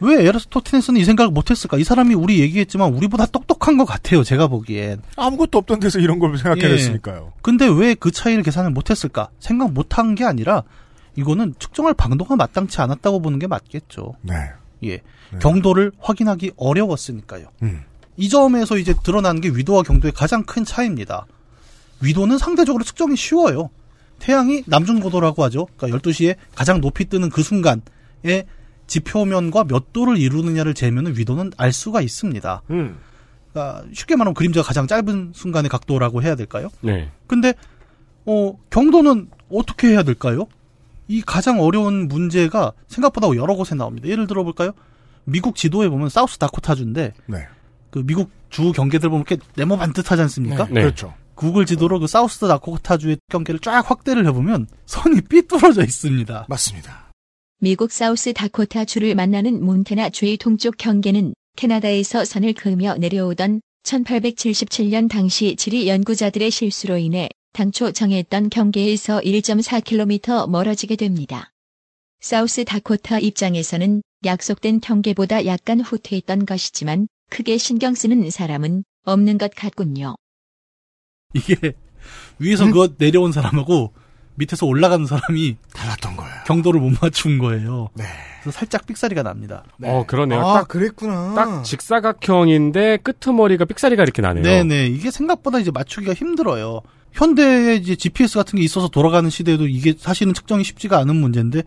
[SPEAKER 10] 왜 에르스토티네스는 이 생각을 못했을까? 이 사람이 우리 얘기했지만 우리보다 똑똑한 것 같아요. 제가 보기엔.
[SPEAKER 2] 아무것도 없던 데서 이런 걸 생각해냈으니까요.
[SPEAKER 10] 근데 왜 그 차이를 계산을 못했을까? 생각 못한 게 아니라 이거는 측정할 방도가 마땅치 않았다고 보는 게 맞겠죠.
[SPEAKER 2] 네.
[SPEAKER 10] 예. 경도를 확인하기 어려웠으니까요.
[SPEAKER 2] 음.
[SPEAKER 10] 이 점에서 이제 드러나는 게 위도와 경도의 가장 큰 차이입니다. 위도는 상대적으로 측정이 쉬워요. 태양이 남중고도라고 하죠. 그러니까 12시에 가장 높이 뜨는 그 순간에 지표면과 몇 도를 이루느냐를 재면 은 위도는 알 수가 있습니다.
[SPEAKER 2] 음.
[SPEAKER 10] 그러니까 쉽게 말하면 그림자가 가장 짧은 순간의 각도라고 해야 될까요?
[SPEAKER 11] 네.
[SPEAKER 10] 근데 어 경도는 어떻게 해야 될까요? 이 가장 어려운 문제가 생각보다 여러 곳에 나옵니다. 예를 들어 볼까요? 미국 지도에 보면 사우스 다코타주인데
[SPEAKER 2] 네.
[SPEAKER 10] 그 미국 주 경계들 보면 이렇게 네모 반듯하지 않습니까?
[SPEAKER 2] 네. 네. 그렇죠.
[SPEAKER 10] 구글 지도로 그 사우스 다코타주의 경계를 쫙 확대를 해보면 선이 삐뚤어져 있습니다.
[SPEAKER 2] 맞습니다.
[SPEAKER 1] 미국 사우스 다코타 주를 만나는 몬테나 주의 동쪽 경계는 캐나다에서 선을 그으며 내려오던 1877년 당시 지리 연구자들의 실수로 인해 당초 정했던 경계에서 1.4km 멀어지게 됩니다. 사우스 다코타 입장에서는 약속된 경계보다 약간 후퇴했던 것이지만 크게 신경 쓰는 사람은 없는 것 같군요.
[SPEAKER 10] 이게 위에서
[SPEAKER 2] 음.
[SPEAKER 10] 그거 내려온 사람하고 밑에서 올라가는 사람이
[SPEAKER 2] 달랐던 거예요.
[SPEAKER 10] 경도를 못 맞춘 거예요.
[SPEAKER 2] 네.
[SPEAKER 10] 그래서 살짝 삑사리가 납니다.
[SPEAKER 11] 어, 그러네요.
[SPEAKER 10] 아,
[SPEAKER 11] 딱,
[SPEAKER 9] 그랬구나.
[SPEAKER 11] 딱 직사각형인데 끄트머리가 삑사리가 이렇게 나네요.
[SPEAKER 10] 네네. 이게 생각보다 이제 맞추기가 힘들어요. 현대에 이제 GPS 같은 게 있어서 돌아가는 시대에도 이게 사실은 측정이 쉽지가 않은 문제인데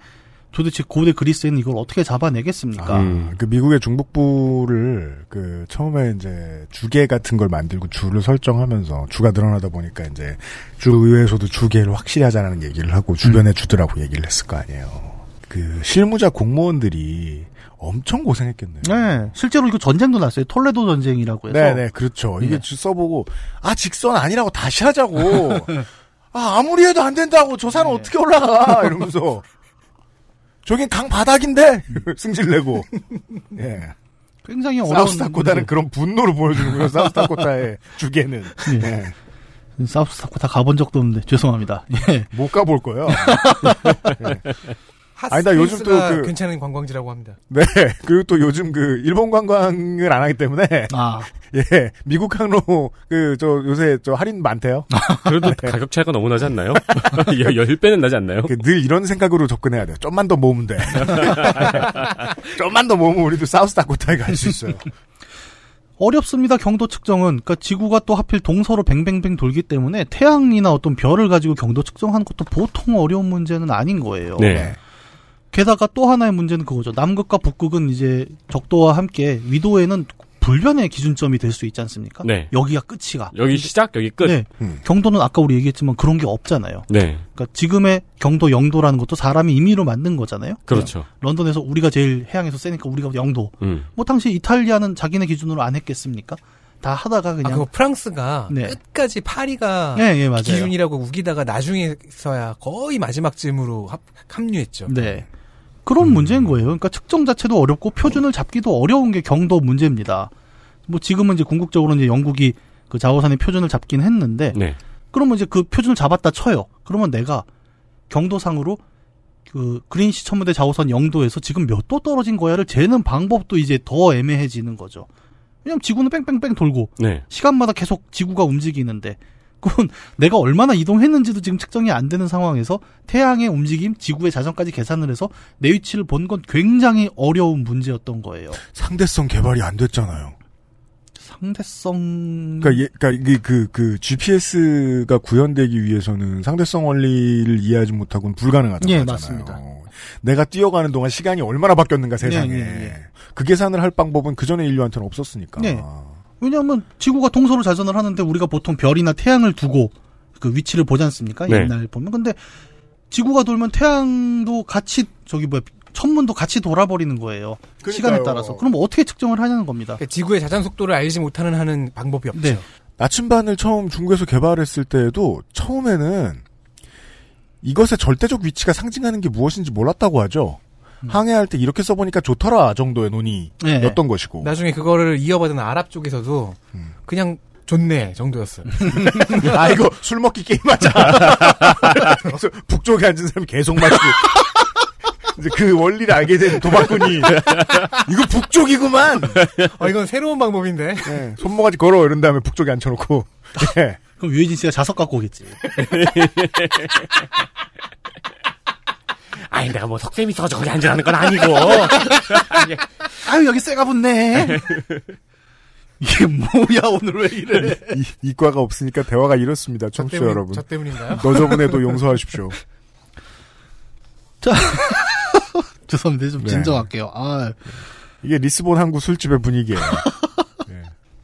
[SPEAKER 10] 도대체 고대 그리스에는 이걸 어떻게 잡아내겠습니까?
[SPEAKER 2] 아, 그 미국의 중북부를 그 처음에 이제 주계 같은 걸 만들고 주를 설정하면서 주가 늘어나다 보니까 이제 주의회에서도 주계를 확실히 하자는 얘기를 하고 주변의 주들하고 얘기를 했을 거 아니에요. 그 실무자 공무원들이 엄청 고생했겠네요.
[SPEAKER 10] 네. 실제로 이거 전쟁도 났어요. 톨레도 전쟁이라고 해서.
[SPEAKER 2] 네네 그렇죠. 이게 주- 써보고 아 직선 아니라고 다시 [LAUGHS] 하자고. 아 아무리 해도 안 된다고 저 산은 어떻게 올라가 이러면서 저긴 강 바닥인데 [LAUGHS] 승질내고. 예.
[SPEAKER 10] 굉장히 어려운
[SPEAKER 2] 사우스다코타는 그런 분노를 보여주는군요. 사우스다코타의 [LAUGHS] 주계는 예.
[SPEAKER 10] 사우스다코타 가본 적도 없는데 죄송합니다. [LAUGHS] 예.
[SPEAKER 2] 못 가볼 거예요. 아니, 나
[SPEAKER 9] 핫스페이스가
[SPEAKER 2] 요즘 또 그-
[SPEAKER 9] 괜찮은 관광지라고 합니다.
[SPEAKER 2] 네. 그리고 또 요즘 그 일본 관광을 안 하기 때문에
[SPEAKER 10] 아.
[SPEAKER 2] 예 미국 항로 그 저 요새 저 할인 많대요. 네.
[SPEAKER 11] 그래도 가격 차이가 너무 나지 않나요? [LAUGHS] 열, 열 배는 나지 않나요?
[SPEAKER 2] 그늘 이런 생각으로 접근해야 돼요. 좀만 더 모으면
[SPEAKER 11] [LAUGHS]
[SPEAKER 2] 돼. 좀만 더 모으면 우리도 사우스다코타에 갈 수
[SPEAKER 11] [LAUGHS]
[SPEAKER 2] 있어요.
[SPEAKER 10] 어렵습니다. 경도 측정은. 그러니까 지구가 또 하필 동서로 뱅뱅뱅 돌기 때문에 태양이나 어떤 별을 가지고 경도 측정하는 것도 보통 어려운 문제는 아닌 거예요.
[SPEAKER 11] 네.
[SPEAKER 10] 게다가 또 하나의 문제는 그거죠. 남극과 북극은 이제 적도와 함께 위도에는 불변의 기준점이 될 수 있지 않습니까?
[SPEAKER 11] 네.
[SPEAKER 10] 여기가 끝이가.
[SPEAKER 11] 여기 시작, 여기 끝.
[SPEAKER 10] 네. 경도는 아까 우리 얘기했지만 그런 게 없잖아요.
[SPEAKER 11] 네.
[SPEAKER 10] 그러니까 지금의 경도 영도라는 것도 사람이 임의로 만든 거잖아요.
[SPEAKER 11] 그렇죠.
[SPEAKER 10] 런던에서 우리가 제일 해양에서 세니까 우리가 영도.
[SPEAKER 11] 음.
[SPEAKER 10] 뭐 당시 이탈리아는 자기네 기준으로 안 했겠습니까? 다 하다가
[SPEAKER 9] 아,
[SPEAKER 10] 그냥
[SPEAKER 9] 그거 프랑스가
[SPEAKER 10] 네.
[SPEAKER 9] 끝까지 파리가
[SPEAKER 10] 예, 예, 맞아요.
[SPEAKER 9] 기준이라고 우기다가 나중에서야 거의 마지막쯤으로 합, 합류했죠.
[SPEAKER 10] 네. 그런 문제인 거예요. 그러니까 측정 자체도 어렵고 표준을 잡기도 어려운 게 경도 문제입니다. 뭐 지금은 이제 궁극적으로 이제 영국이 그 자오산의 표준을 잡긴 했는데
[SPEAKER 3] 음.
[SPEAKER 11] 네.
[SPEAKER 10] 그러면 이제 그 표준을 잡았다 쳐요. 그러면 내가 경도상으로 그 그린시 천문대 자오선 영도에서 지금 몇 도 떨어진 거야를 재는 방법도 이제 더 애매해지는 거죠. 왜냐면 지구는 뺑뺑뺑 돌고
[SPEAKER 11] 네.
[SPEAKER 10] 시간마다 계속 지구가 움직이는데 그건 [LAUGHS] 내가 얼마나 이동했는지도 지금 측정이 안 되는 상황에서 태양의 움직임, 지구의 자전까지 계산을 해서 내 위치를 본 건 굉장히 어려운 문제였던 거예요.
[SPEAKER 2] 상대성 개발이 안 됐잖아요.
[SPEAKER 10] 상대성
[SPEAKER 2] 그러니까, 예, 그러니까 이 그, 그 GPS가 구현되기 위해서는 상대성 원리를 이해하지 못하고는 불가능하다고
[SPEAKER 10] 예,
[SPEAKER 2] 하잖아요.
[SPEAKER 10] 맞습니다.
[SPEAKER 2] 내가 뛰어가는 동안 시간이 얼마나 바뀌었는가 세상에.
[SPEAKER 10] 예, 예, 예.
[SPEAKER 2] 그 계산을 할 방법은 그 전에 인류한테는 없었으니까.
[SPEAKER 10] 네. 왜냐하면 지구가 동서로 자전을 하는데 우리가 보통 별이나 태양을 두고 그 위치를 보지 않습니까?
[SPEAKER 2] 네.
[SPEAKER 10] 옛날 보면 근데 지구가 돌면 태양도 같이 저기 뭐야 천문도 같이 돌아버리는 거예요. 시간에 따라서 그럼 어떻게 측정을 하냐는 겁니다.
[SPEAKER 9] 그러니까 지구의 자전 속도를 알지 못하는 하는 방법이 없죠.
[SPEAKER 10] 네.
[SPEAKER 2] 나침반을 처음 중국에서 개발했을 때에도 처음에는 이것의 절대적 위치가 상징하는 게 무엇인지 몰랐다고 하죠.
[SPEAKER 10] 음.
[SPEAKER 2] 항해할 때 이렇게 써보니까 좋더라 정도의
[SPEAKER 10] 예. 네.
[SPEAKER 2] 논의였던 것이고.
[SPEAKER 9] 나중에 그거를 이어받은 아랍 쪽에서도
[SPEAKER 2] 음.
[SPEAKER 9] 그냥 좋네 정도였어요.
[SPEAKER 10] 음.
[SPEAKER 2] [LAUGHS] 아 이거 술 먹기
[SPEAKER 11] [LAUGHS]
[SPEAKER 2] 게임하자. 그래서 북쪽에 앉은 사람이 계속 마시고. 이제 그 원리를 알게 된 도박꾼이 이거 북쪽이구만.
[SPEAKER 11] 네.
[SPEAKER 9] 어 이건 새로운 방법인데.
[SPEAKER 2] 네, 손모가지 걸어 이런 다음에 북쪽에 앉혀놓고.
[SPEAKER 11] 아,
[SPEAKER 2] 예.
[SPEAKER 10] 그럼 유해진 씨가 자석 갖고 오겠지.
[SPEAKER 11] 아니, 내가 뭐 석쌤이 있어서 저기 앉으라는 건 아니고.
[SPEAKER 10] 아유 여기 쇠가 붙네. 이게 뭐야 어, 오늘 왜 이래?
[SPEAKER 2] 이, 과가 없으니까 대화가 이렇습니다, 청취자
[SPEAKER 10] 때문-
[SPEAKER 2] 여러분.
[SPEAKER 10] 저 때문인가요?
[SPEAKER 2] 너저분에도 용서하십시오.
[SPEAKER 10] 죄송합니다. 좀
[SPEAKER 2] 네.
[SPEAKER 10] 진정할게요. 아,
[SPEAKER 2] 이게 리스본 항구 술집의 분위기예요.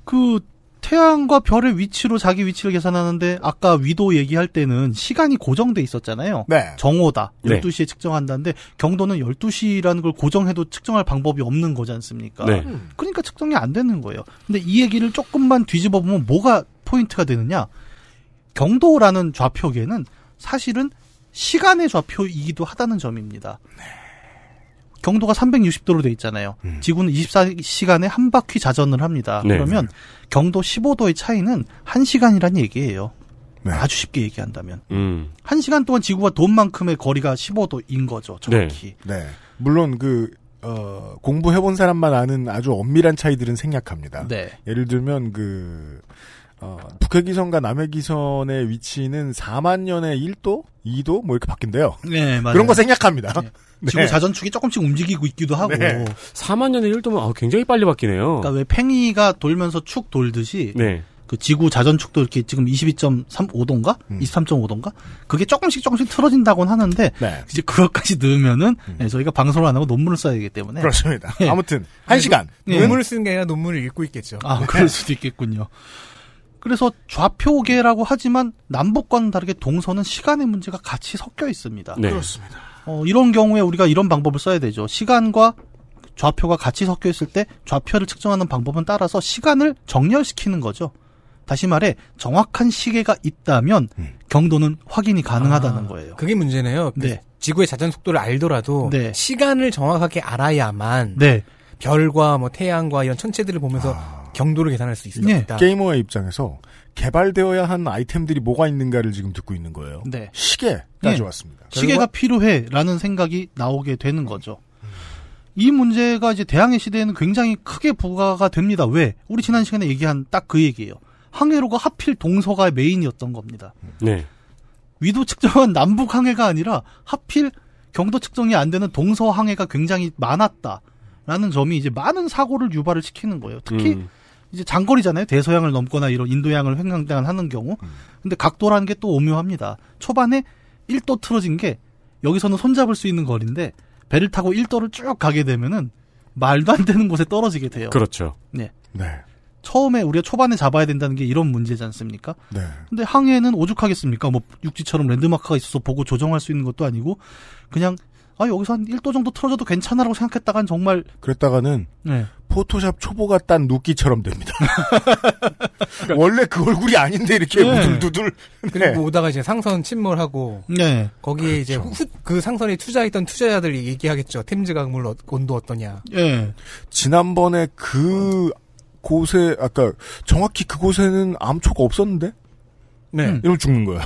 [SPEAKER 10] 그 태양과 별의 위치로 자기 위치를 계산하는데 아까 위도 얘기할 때는 시간이 고정돼 있었잖아요. 정오다.
[SPEAKER 11] 네.
[SPEAKER 10] 12시에 측정한다는데 경도는 12시라는 걸 고정해도 측정할 방법이 없는 거지 않습니까?
[SPEAKER 11] 네.
[SPEAKER 10] 그러니까 측정이 안 되는 거예요. 근데 이 얘기를 조금만 뒤집어 보면 뭐가 포인트가 되느냐? 경도라는 좌표계는 사실은 시간의 좌표이기도 하다는 점입니다. 경도가 360도로 돼 있잖아요. 지구는 24시간에 한 바퀴 자전을 합니다.
[SPEAKER 11] 음. 네.
[SPEAKER 10] 그러면 경도 15도의 차이는 1시간이란 얘기예요.
[SPEAKER 2] 네.
[SPEAKER 10] 아주 쉽게 얘기한다면.
[SPEAKER 11] 음.
[SPEAKER 10] 1시간 동안 지구와 돈만큼의 거리가 15도인 거죠. 정확히.
[SPEAKER 2] 네. 물론 그, 어, 공부해본 사람만 아는 아주 엄밀한 차이들은 생략합니다.
[SPEAKER 10] 네.
[SPEAKER 2] 예를 들면 그, 어, 북해기선과 남해기선의 위치는 4만 년에 1도? 2도? 뭐 이렇게 바뀐대요.
[SPEAKER 10] 네, 맞아요.
[SPEAKER 2] 그런 거 생략합니다. [LAUGHS] 네.
[SPEAKER 10] 지구 자전축이 조금씩 움직이고 있기도 하고.
[SPEAKER 2] 네.
[SPEAKER 11] 4만 년에 1도면 아, 굉장히 빨리 바뀌네요.
[SPEAKER 10] 그러니까 왜 팽이가 돌면서 축 돌듯이
[SPEAKER 11] 네.
[SPEAKER 10] 그 지구 자전축도 이렇게 지금 22.35도인가?
[SPEAKER 2] 음.
[SPEAKER 10] 23.5도인가? 그게 조금씩 조금씩 틀어진다고는 하는데
[SPEAKER 2] 네.
[SPEAKER 10] 이제 그것까지 넣으면은 네, 저희가 방송을 안 하고 논문을 써야 되기 때문에
[SPEAKER 2] 음. 그렇습니다.
[SPEAKER 10] 예.
[SPEAKER 2] 아무튼 한 시간.
[SPEAKER 9] 논문을 쓰는 게 아니라 논문을 읽고 있겠죠.
[SPEAKER 10] 네. 아, 그럴 수도 있겠군요. 그래서 좌표계라고 하지만 남북과는 다르게 동서는 시간의 문제가 같이 섞여 있습니다.
[SPEAKER 11] 네.
[SPEAKER 2] 그렇습니다.
[SPEAKER 10] 어, 이런 경우에 우리가 이런 방법을 써야 되죠. 시간과 좌표가 같이 섞여 있을 때 좌표를 측정하는 방법은 따라서 시간을 정렬시키는 거죠. 다시 말해 정확한 시계가 있다면 경도는 확인이 가능하다는 거예요.
[SPEAKER 9] 음. 아, 그게 문제네요. 그
[SPEAKER 10] 네.
[SPEAKER 9] 지구의 자전 속도를 알더라도
[SPEAKER 10] 네.
[SPEAKER 9] 시간을 정확하게 알아야만
[SPEAKER 10] 네.
[SPEAKER 9] 별과 뭐 태양과 이런 천체들을 보면서
[SPEAKER 2] 아.
[SPEAKER 9] 경도를 계산할 수
[SPEAKER 10] 네.
[SPEAKER 9] 있다.
[SPEAKER 2] 게이머의 입장에서 개발되어야 한 아이템들이 뭐가 있는가를 지금 듣고 있는 거예요.
[SPEAKER 10] 네.
[SPEAKER 2] 시계 따져왔습니다.
[SPEAKER 10] 네. 시계가
[SPEAKER 2] 결과-
[SPEAKER 10] 필요해라는 생각이 나오게 되는 거죠. 이 문제가 이제 대항해 시대에는 굉장히 크게 부과가 됩니다. 왜? 우리 지난 시간에 얘기한 딱 그 얘기예요. 항해로가 하필 동서가 메인이었던 겁니다.
[SPEAKER 11] 네.
[SPEAKER 10] 위도 측정은 남북 항해가 아니라 하필 경도 측정이 안 되는 동서 항해가 굉장히 많았다라는 점이 이제 많은 사고를 유발을 시키는 거예요. 특히
[SPEAKER 9] 음.
[SPEAKER 10] 이제 장거리잖아요. 대서양을 넘거나 이런 인도양을 횡강하는 경우. 근데 각도라는 게 또 오묘합니다. 초반에 1도 틀어진 게 여기서는 손잡을 수 있는 거리인데 배를 타고 1도를 쭉 가게 되면은 말도 안 되는 곳에 떨어지게 돼요.
[SPEAKER 11] 그렇죠.
[SPEAKER 10] 네.
[SPEAKER 2] 네.
[SPEAKER 10] 처음에 우리가 초반에 잡아야 된다는 게 이런 문제지 않습니까?
[SPEAKER 2] 네.
[SPEAKER 10] 근데 항해는 오죽하겠습니까? 뭐 육지처럼 랜드마크가 있어서 보고 조정할 수 있는 것도 아니고 그냥 아 여기서 한 1도 정도 틀어져도 괜찮아라고 생각했다간 정말
[SPEAKER 2] 그랬다가는
[SPEAKER 10] 네.
[SPEAKER 2] 포토샵 초보가 딴 누끼처럼 됩니다. 원래 그 얼굴이 아닌데 이렇게
[SPEAKER 9] 네.
[SPEAKER 2] 우둘두둘. 네.
[SPEAKER 9] 그리고 오다가 이제 상선 침몰하고
[SPEAKER 10] 네.
[SPEAKER 9] 거기에 이제 후- 그 상선에 투자했던 투자자들이 얘기하겠죠. 템즈 강물 어- 온도 어떠냐.
[SPEAKER 10] 예.
[SPEAKER 2] 지난번에 그 곳에 아까 정확히 그곳에는 암초가 없었는데.
[SPEAKER 9] 네.
[SPEAKER 10] 음.
[SPEAKER 2] 이러면 죽는 거야.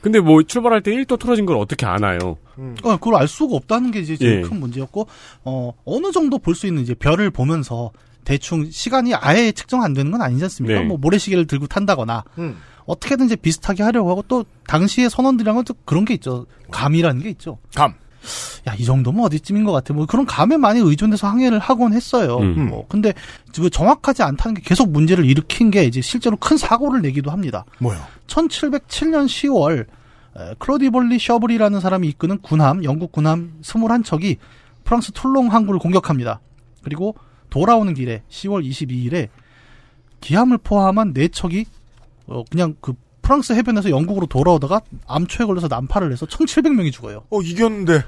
[SPEAKER 11] 근데 뭐 출발할 때 1도 틀어진 걸 어떻게 아나요?
[SPEAKER 10] 어, 그걸 알 수가 없다는 게 이제 제일
[SPEAKER 11] 예.
[SPEAKER 10] 큰 문제였고 어 어느 정도 볼 수 있는 이제 별을 보면서 대충 시간이 아예 측정 안 되는 건 아니지 않습니까?
[SPEAKER 11] 네.
[SPEAKER 10] 뭐 모래시계를 들고 탄다거나 어떻게든 이제 비슷하게 하려고 하고 또 당시의 선원들이랑은 또 그런 게 있죠. 감이라는 게 있죠.
[SPEAKER 2] 감.
[SPEAKER 10] 야, 이 정도면 어디쯤인 것 같아. 뭐 그런 감에 많이 의존돼서 항해를 하곤 했어요.
[SPEAKER 11] 음.
[SPEAKER 10] 뭐 근데 그 정확하지 않다는 게 계속 문제를 일으킨 게 이제 실제로 큰 사고를 내기도 합니다.
[SPEAKER 2] 뭐요?
[SPEAKER 10] 1707년 10월 에, 클로디볼리 셔블이라는 사람이 이끄는 군함, 영국 군함 21척이 프랑스 툴롱 항구를 공격합니다. 그리고 돌아오는 길에 10월 22일에 기함을 포함한 4척이 그냥 그 프랑스 해변에서 영국으로 돌아오다가 암초에 걸려서 난파를 해서 1700명이 죽어요.
[SPEAKER 2] 어
[SPEAKER 11] [LAUGHS]
[SPEAKER 2] 이겼는데.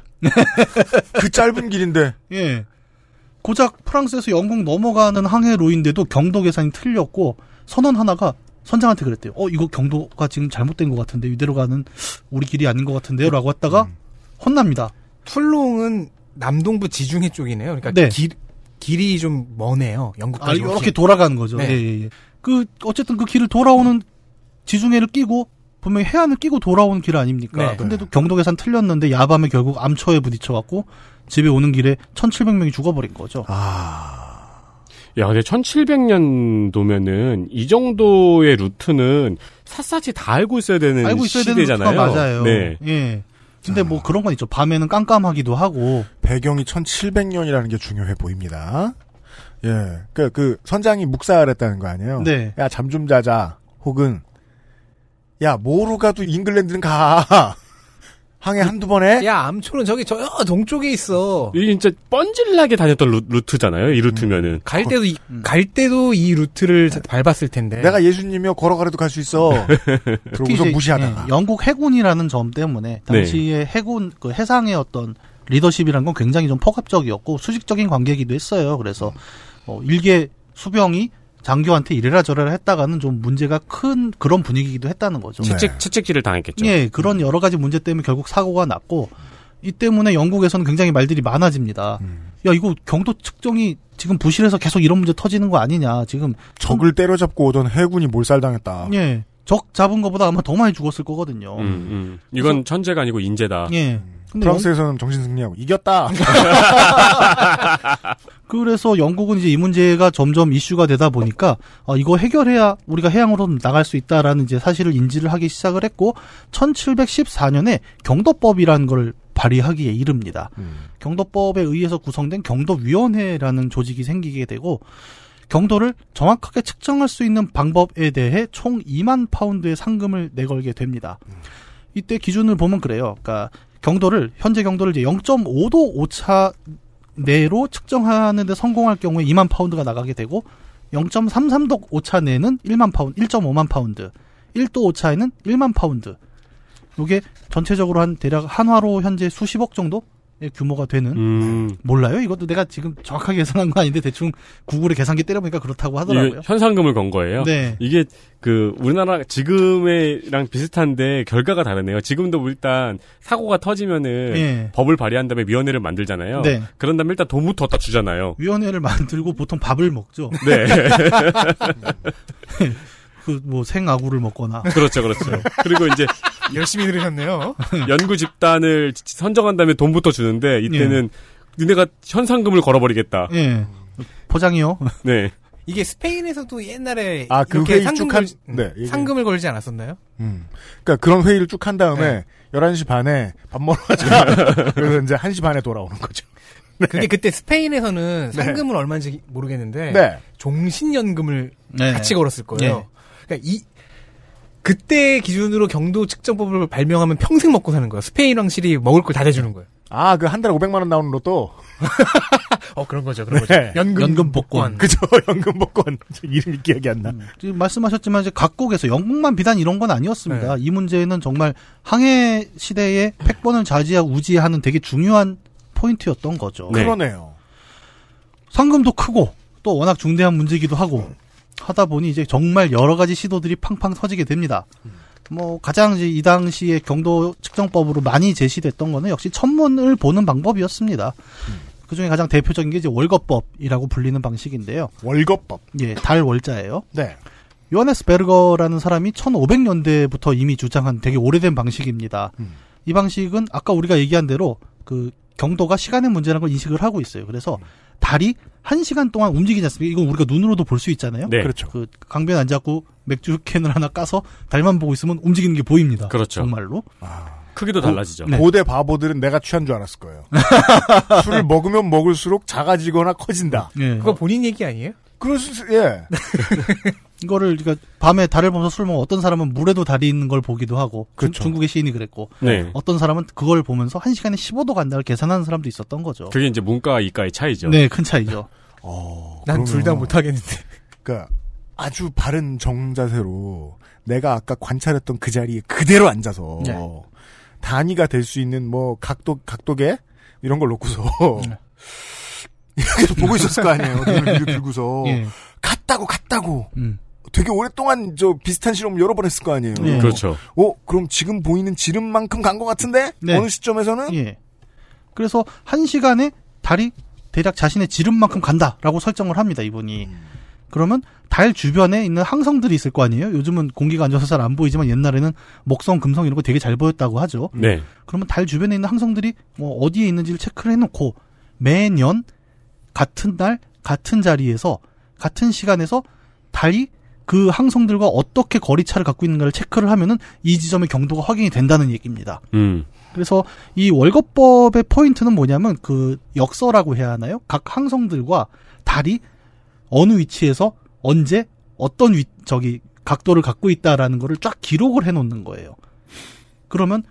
[SPEAKER 2] 그 짧은 길인데.
[SPEAKER 10] 예. 고작 프랑스에서 영국 넘어가는 항해로인데도 경도 계산이 틀렸고 선원 하나가 선장한테 그랬대요. 어 이거 경도가 지금 잘못된 것 같은데 이대로 가는 우리 길이 아닌 것 같은데요라고 했다가
[SPEAKER 9] 음.
[SPEAKER 10] 혼납니다.
[SPEAKER 9] 툴롱은 남동부 지중해 쪽이네요. 그러니까
[SPEAKER 10] 네.
[SPEAKER 9] 길, 길이 좀 머네요. 영국까지. 네.
[SPEAKER 10] 아 이렇게 돌아가는 거죠. 예, 예, 예. 그 어쨌든 그 길을 돌아오는 지중해를 끼고 분명히 해안을 끼고 돌아오는 길 아닙니까?
[SPEAKER 9] 네.
[SPEAKER 10] 근데도 경도 계산 틀렸는데 야밤에 결국 암초에 부딪혀갖고 집에 오는 길에 1,700명이 죽어버린 거죠.
[SPEAKER 11] 야, 근데 1700년도면은 이 정도의 루트는 샅샅이 다 알고 있어야
[SPEAKER 2] 네,
[SPEAKER 11] 되는
[SPEAKER 10] 알고 있어야 되는
[SPEAKER 11] 시대잖아요.
[SPEAKER 10] 루트가 맞아요.
[SPEAKER 11] 네.
[SPEAKER 10] 예. 근데 뭐 그런 건 있죠. 밤에는 깜깜하기도 하고.
[SPEAKER 2] 배경이 1700년이라는 게 중요해 보입니다. 예. 그, 그, 선장이 묵사를 했다는 거 아니에요?
[SPEAKER 10] 네.
[SPEAKER 2] 야, 잠 좀 자자. 혹은, 야, 뭐로 가도 잉글랜드는 가. [LAUGHS] 항해 한두 번에.
[SPEAKER 9] 야, 암초는 저기 저 동쪽에 있어.
[SPEAKER 10] 네.
[SPEAKER 11] 이게 진짜 뻔질나게 다녔던 루, 트잖아요이 루트면은.
[SPEAKER 9] 갈 때도 이,
[SPEAKER 10] 음.
[SPEAKER 9] 갈 때도 이 루트를
[SPEAKER 10] 네.
[SPEAKER 9] 밟았을 텐데.
[SPEAKER 2] 네. 내가 예수님이며 걸어가라도 갈 수
[SPEAKER 10] [LAUGHS]
[SPEAKER 2] 있어.
[SPEAKER 10] 특히
[SPEAKER 2] 그러고서
[SPEAKER 10] 이제,
[SPEAKER 2] 무시하다가.
[SPEAKER 10] 예, 영국 해군이라는 점 때문에 당시에 해군 그 해상의 어떤 리더십이란 건 굉장히 좀 포괄적이었고 수직적인 관계이기도 했어요. 그래서 어, 일개 수병이 장교한테 이래라 저래라 했다가는 좀 문제가 큰 그런 분위기이기도 했다는
[SPEAKER 2] 네.
[SPEAKER 10] 거죠.
[SPEAKER 11] 채찍, 채찍질을 당했겠죠.
[SPEAKER 10] 예, 그런 여러 가지 문제 때문에 결국 사고가 났고 이 때문에 영국에서는 굉장히 말들이 많아집니다.
[SPEAKER 2] 음.
[SPEAKER 10] 야, 이거 경도 측정이 지금 부실해서 계속 이런 문제 터지는 거 아니냐. 지금
[SPEAKER 2] 적을 때려잡고 오던 해군이 몰살당했다.
[SPEAKER 10] 예, 적 잡은 것보다 아마 더 많이 죽었을 거거든요.
[SPEAKER 11] 음, 음. 이건 천재가 아니고 인재다.
[SPEAKER 10] 예. 근데
[SPEAKER 2] 프랑스에서는 정신 승리하고 이겼다.
[SPEAKER 10] 그래서 영국은 이제 이 문제가 점점 이슈가 되다 보니까 어, 이거 해결해야 우리가 해양으로 나갈 수 있다라는 이제 사실을 인지를 하기 시작을 했고 1714년에 경도법이라는 걸 발의하기에 이릅니다. 경도법에 의해서 구성된 경도위원회라는 조직이 생기게 되고 경도를 정확하게 측정할 수 있는 방법에 대해 총 2만 파운드의 상금을 내걸게 됩니다. 이때 기준을 보면 그래요. 그러니까 경도를 현재 경도를 이제 0.5도 오차 내로 측정하는데 성공할 경우에 2만 파운드가 나가게 되고 0.33도 오차 내는 1만 파운드, 1.5만 파운드, 1도 오차에는 1만 파운드. 요게 전체적으로 한 대략 한화로 현재 수십억 정도의 규모가 되는
[SPEAKER 11] 음.
[SPEAKER 10] 몰라요. 이것도 내가 지금 정확하게 계산한 거 아닌데 대충 구글에 계산기 때려보니까 그렇다고
[SPEAKER 11] 이게
[SPEAKER 10] 하더라고요.
[SPEAKER 11] 현상금을 건 거예요.
[SPEAKER 10] 네.
[SPEAKER 11] 이게 그 우리나라 지금이랑 비슷한데 결과가 다르네요. 지금도 일단 사고가 터지면은
[SPEAKER 10] 예.
[SPEAKER 11] 법을 발의한 다음에 위원회를 만들잖아요.
[SPEAKER 10] 네.
[SPEAKER 11] 그런 다음에 일단 돈부터 다 주잖아요.
[SPEAKER 10] 위원회를 만들고 보통 밥을 먹죠.
[SPEAKER 11] 네.
[SPEAKER 10] [LAUGHS] 그 뭐 생아구를 먹거나
[SPEAKER 11] 그렇죠, 그렇죠. 그리고 이제
[SPEAKER 9] 열심히 들으셨네요.
[SPEAKER 11] 연구 집단을 선정한 다음에 돈부터 주는데 이때는 니네가 현상금을 걸어버리겠다.
[SPEAKER 10] 예. 포장이요.
[SPEAKER 11] 네.
[SPEAKER 9] 이게 스페인에서도 옛날에
[SPEAKER 2] 아, 그
[SPEAKER 9] 이렇게
[SPEAKER 2] 회의
[SPEAKER 9] 상금
[SPEAKER 2] 쭉 한-
[SPEAKER 9] 걸,
[SPEAKER 2] 네, 이게-
[SPEAKER 9] 상금을 걸지 않았었나요?
[SPEAKER 2] 음. 그러니까 그런 회의를 쭉 한
[SPEAKER 9] 네.
[SPEAKER 2] 다음에 11시 반에 밥 먹으러 가자.
[SPEAKER 9] 음.
[SPEAKER 2] [LAUGHS] 그래서 이제 1시 반에 돌아오는 거죠. 네.
[SPEAKER 9] 그게 그때 스페인에서는
[SPEAKER 2] 네.
[SPEAKER 9] 상금은 얼마인지 모르겠는데
[SPEAKER 2] 네.
[SPEAKER 9] 종신연금을
[SPEAKER 10] 네.
[SPEAKER 9] 같이 걸었을 거예요. 그러니까 이 그때 기준으로 경도 측정법을 발명하면 평생 먹고 사는 거예요. 스페인 왕실이 먹을 걸 다 대주는 거예요.
[SPEAKER 2] 아, 그 한 달에 500만 원 나오는 로또.
[SPEAKER 9] 어
[SPEAKER 12] 그런 거죠. 그런 거죠. 연금,
[SPEAKER 9] 음.
[SPEAKER 12] 복권.
[SPEAKER 2] 그죠. [LAUGHS] 연금 복권. 저 이름이 기억이 안 나.
[SPEAKER 10] 음. 지금 말씀하셨지만 이제 각국에서 영국만 비단 이런 건 아니었습니다. 이 문제는 정말 항해 시대에 패권을 자지하고 우지하는 되게 중요한 포인트였던 거죠.
[SPEAKER 2] 네. 그러네요.
[SPEAKER 10] 상금도 크고 또 워낙 중대한 문제이기도 하고 하다 보니 이제 정말 여러 가지 시도들이 팡팡 터지게 됩니다. 뭐 가장 이제 이 당시의 경도 측정법으로 많이 제시됐던 거는 역시 천문을 보는 방법이었습니다. 그 중에 가장 대표적인 게 이제 월거법이라고 불리는 방식인데요.
[SPEAKER 2] 월거법.
[SPEAKER 10] 예, 달 월자예요.
[SPEAKER 2] 네.
[SPEAKER 10] 요하네스 베르거라는 사람이 1500년대부터 이미 주장한 되게 오래된 방식입니다.
[SPEAKER 2] 음.
[SPEAKER 10] 이 방식은 아까 우리가 얘기한 대로 그 경도가 시간의 문제라는 걸 인식을 하고 있어요. 그래서 달이 한시간 동안 움직이지 않습니까? 이건 우리가 눈으로도 볼 수 있잖아요.
[SPEAKER 11] 네. 그렇죠.
[SPEAKER 10] 그 강변 앉아갖고 맥주 캔을 하나 까서 달만 보고 있으면 움직이는 게 보입니다.
[SPEAKER 11] 그렇죠.
[SPEAKER 10] 정말로.
[SPEAKER 11] 크기도 달라지죠.
[SPEAKER 2] 네. 고대 바보들은 내가 취한 줄 알았을 거예요.
[SPEAKER 9] [LAUGHS]
[SPEAKER 2] 술을 먹으면 먹을수록 작아지거나 커진다.
[SPEAKER 10] 예.
[SPEAKER 11] 네.
[SPEAKER 9] 그거 본인 얘기 아니에요?
[SPEAKER 2] 그럴 수, 예.
[SPEAKER 9] 네.
[SPEAKER 10] 이거를 그러니까 밤에 달을 보면서 술 먹어 어떤 사람은 물에도 달이 있는 걸 보기도 하고 중- 중국의 시인이 그랬고
[SPEAKER 11] 그렇죠. 네.
[SPEAKER 10] 어떤 사람은 그걸 보면서 한시간에 15도 간다를 계산하는 사람도 있었던 거죠.
[SPEAKER 11] 그게 이제 문과 이과의 차이죠.
[SPEAKER 10] 네, 큰 차이죠.
[SPEAKER 2] 어,
[SPEAKER 9] 난 둘 다 못하겠는데.
[SPEAKER 2] 그러니까 아주 바른 정자세로 내가 아까 관찰했던 그 자리에 그대로 앉아서
[SPEAKER 10] 네.
[SPEAKER 2] 단위가 될 수 있는 뭐 각도 각도계 이런 걸 놓고서
[SPEAKER 10] 네.
[SPEAKER 2] [LAUGHS] 이렇게 보고 있었을 거 아니에요. 눈을 이렇게 들고서
[SPEAKER 10] 예.
[SPEAKER 2] 갔다고 갔다고
[SPEAKER 10] 음.
[SPEAKER 2] 되게 오랫동안 저 비슷한 실험 여러 번 했을 거 아니에요.
[SPEAKER 10] 예. 그렇죠.
[SPEAKER 2] 어 그럼 지금 보이는 지름만큼 간 것 같은데
[SPEAKER 10] 네.
[SPEAKER 2] 어느 시점에서는
[SPEAKER 10] 예. 그래서 한시간에 달이 대략 자신의 지름만큼 간다라고 설정을 합니다, 이분이. 그러면 달 주변에 있는 항성들이 있을 거 아니에요? 요즘은 공기가 안 좋아서 잘 안 보이지만 옛날에는 목성, 금성 이런 거 되게 잘 보였다고 하죠.
[SPEAKER 11] 네.
[SPEAKER 10] 그러면 달 주변에 있는 항성들이 뭐 어디에 있는지를 체크를 해놓고 매년 같은 날 같은 자리에서 같은 시간에서 달이 그 항성들과 어떻게 거리차를 갖고 있는가를 체크를 하면은 이 지점의 경도가 확인이 된다는 얘기입니다.
[SPEAKER 11] 음.
[SPEAKER 10] 그래서 이 월거법의 포인트는 뭐냐면 그 역서라고 해야 하나요? 각 항성들과 달이 어느 위치에서 언제 어떤 위, 저기 각도를 갖고 있다라는 거를 쫙 기록을 해 놓는 거예요. 그러면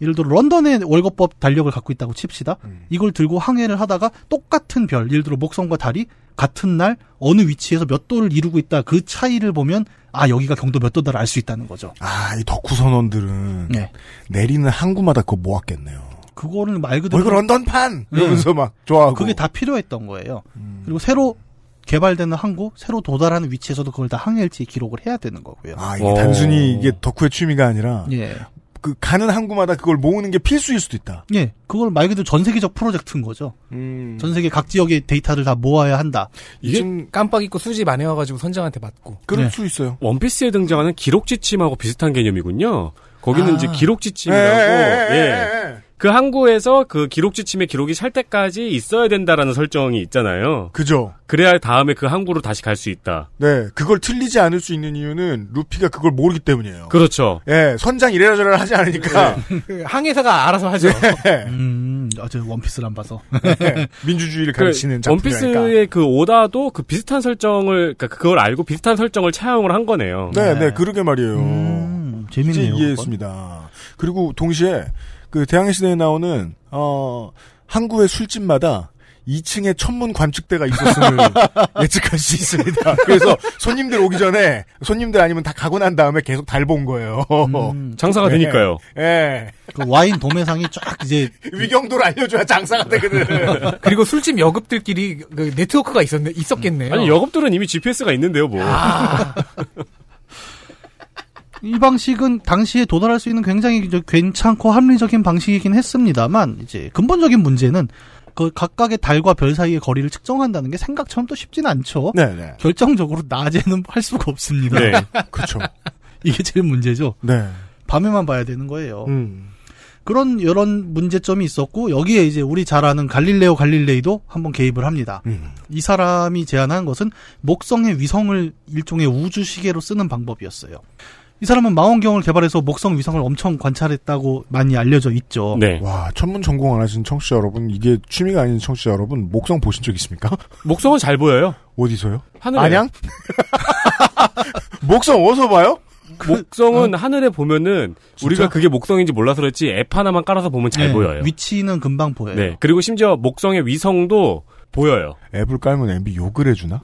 [SPEAKER 10] 예를 들어 런던의 월거법 달력을 갖고 있다고 칩시다. 이걸 들고 항해를 하다가 똑같은 별, 예를 들어 목성과 달이 같은 날 어느 위치에서 몇 도를 이루고 있다. 그 차이를 보면 아 여기가 경도 몇 도다를 알 수 있다는 거죠.
[SPEAKER 2] 아, 이 덕후 선원들은
[SPEAKER 10] 네.
[SPEAKER 2] 내리는 항구마다 그거 모았겠네요.
[SPEAKER 10] 그거를 말 그대로
[SPEAKER 2] 어, 이거 런던판! 이러면서 막 좋아하고.
[SPEAKER 10] 예.
[SPEAKER 2] 음.
[SPEAKER 10] 그게 다 필요했던 거예요. 그리고 새로 개발되는 항구, 새로 도달하는 위치에서도 그걸 다 항해일지 기록을 해야 되는 거고요.
[SPEAKER 2] 아, 이게 단순히 이게 덕후의 취미가 아니라
[SPEAKER 10] 예.
[SPEAKER 2] 그 가는 항구마다 그걸 모으는 게 필수일 수도 있다.
[SPEAKER 10] 예, 그걸 말 그대로 전 세계적 프로젝트인 거죠.
[SPEAKER 2] 음.
[SPEAKER 10] 전 세계 각 지역의 데이터를 다 모아야 한다.
[SPEAKER 9] 이게 깜빡 잊고 수집 안 해와가지고 선장한테 맞고.
[SPEAKER 2] 그럴 수 있어요.
[SPEAKER 11] 원피스에 등장하는 기록 지침하고 비슷한 개념이군요. 거기는
[SPEAKER 9] 아.
[SPEAKER 11] 이제 기록 지침이라고
[SPEAKER 9] 예, 예, 예,
[SPEAKER 11] 예. 그 항구에서 그 기록 지침의 기록이 살 때까지 있어야 된다라는 설정이 있잖아요.
[SPEAKER 2] 그죠.
[SPEAKER 11] 그래야 다음에 그 항구로 다시 갈 수 있다.
[SPEAKER 2] 네, 그걸 틀리지 않을 수 있는 이유는 루피가 그걸 모르기 때문이에요.
[SPEAKER 11] 그렇죠. 네.
[SPEAKER 2] 예, 선장 이래라 저래라 하지 않으니까.
[SPEAKER 12] 그
[SPEAKER 9] 항해사가 알아서 하죠.
[SPEAKER 10] 음, 어제 원피스를 안 봐서.
[SPEAKER 2] [LAUGHS] 민주주의를
[SPEAKER 11] 그 원피스의 그 오다도 그 비슷한 설정을 그러니까 그걸 알고 비슷한 설정을 차용을 한 거네요.
[SPEAKER 2] 네, 네, 그러게 말이에요.
[SPEAKER 10] 음, 재밌네요,
[SPEAKER 2] 이제
[SPEAKER 10] 그건.
[SPEAKER 2] 이해했습니다. 그리고 동시에 그 대항해 시대에 나오는 어 항구의 술집마다 2층에 천문 관측대가
[SPEAKER 10] [LAUGHS]
[SPEAKER 2] 있었음을 예측할 수 있습니다. 그래서 손님들 오기 전에 손님들 아니면 다 가고 난 다음에 계속 달 본 거예요.
[SPEAKER 10] 음.
[SPEAKER 2] [LAUGHS]
[SPEAKER 11] 장사가
[SPEAKER 2] 네.
[SPEAKER 11] 되니까요.
[SPEAKER 2] 예.
[SPEAKER 10] 그 와인 도매상이 쫙 이제
[SPEAKER 2] 위경도를 알려줘야 장사가
[SPEAKER 11] [LAUGHS]
[SPEAKER 2] 되거든.
[SPEAKER 9] [LAUGHS] 그리고 술집 여급들끼리 그 네트워크가 있었네, 있었겠네요.
[SPEAKER 11] 아니 여급들은 이미 GPS가 있는데요,
[SPEAKER 2] 아,
[SPEAKER 11] 뭐.
[SPEAKER 10] 이 방식은 당시에 도달할 수 있는 굉장히 이제 괜찮고 합리적인 방식이긴 했습니다만 이제 근본적인 문제는 그 각각의 달과 별 사이의 거리를 측정한다는 게 생각처럼 또 쉽진 않죠.
[SPEAKER 2] 네네.
[SPEAKER 10] 결정적으로 낮에는 할 수가 없습니다.
[SPEAKER 2] 네. 그렇죠.
[SPEAKER 10] [LAUGHS] 이게 제일 문제죠.
[SPEAKER 2] 네.
[SPEAKER 10] 밤에만 봐야 되는 거예요.
[SPEAKER 2] 음.
[SPEAKER 10] 그런 여러 문제점이 있었고 여기에 이제 우리 잘 아는 갈릴레오 갈릴레이도 한번 개입을 합니다. 이 사람이 제안한 것은 목성의 위성을 일종의 우주 시계로 쓰는 방법이었어요. 이 사람은 망원경을 개발해서 목성 위성을 엄청 관찰했다고 많이 알려져 있죠.
[SPEAKER 2] 네, 와, 천문 전공 안 하신 청취자 여러분, 이게 취미가 아닌 청취자 여러분, 목성 보신 적 있습니까? [LAUGHS]
[SPEAKER 11] 목성은 잘 보여요.
[SPEAKER 2] 어디서요?
[SPEAKER 11] 하늘에.
[SPEAKER 2] 안양? [LAUGHS] 목성 어디서 봐요?
[SPEAKER 9] 그 어?
[SPEAKER 11] 목성은 하늘에 보면은 우리가 그게 목성인지 몰라서 그렇지 앱 하나만 깔아서 보면 잘
[SPEAKER 10] 네,
[SPEAKER 11] 보여요.
[SPEAKER 10] 위치는 금방 보여요.
[SPEAKER 11] 네. 그리고 심지어 목성의 위성도 보여요.
[SPEAKER 2] 앱을 깔면 앱이 욕을 해주나?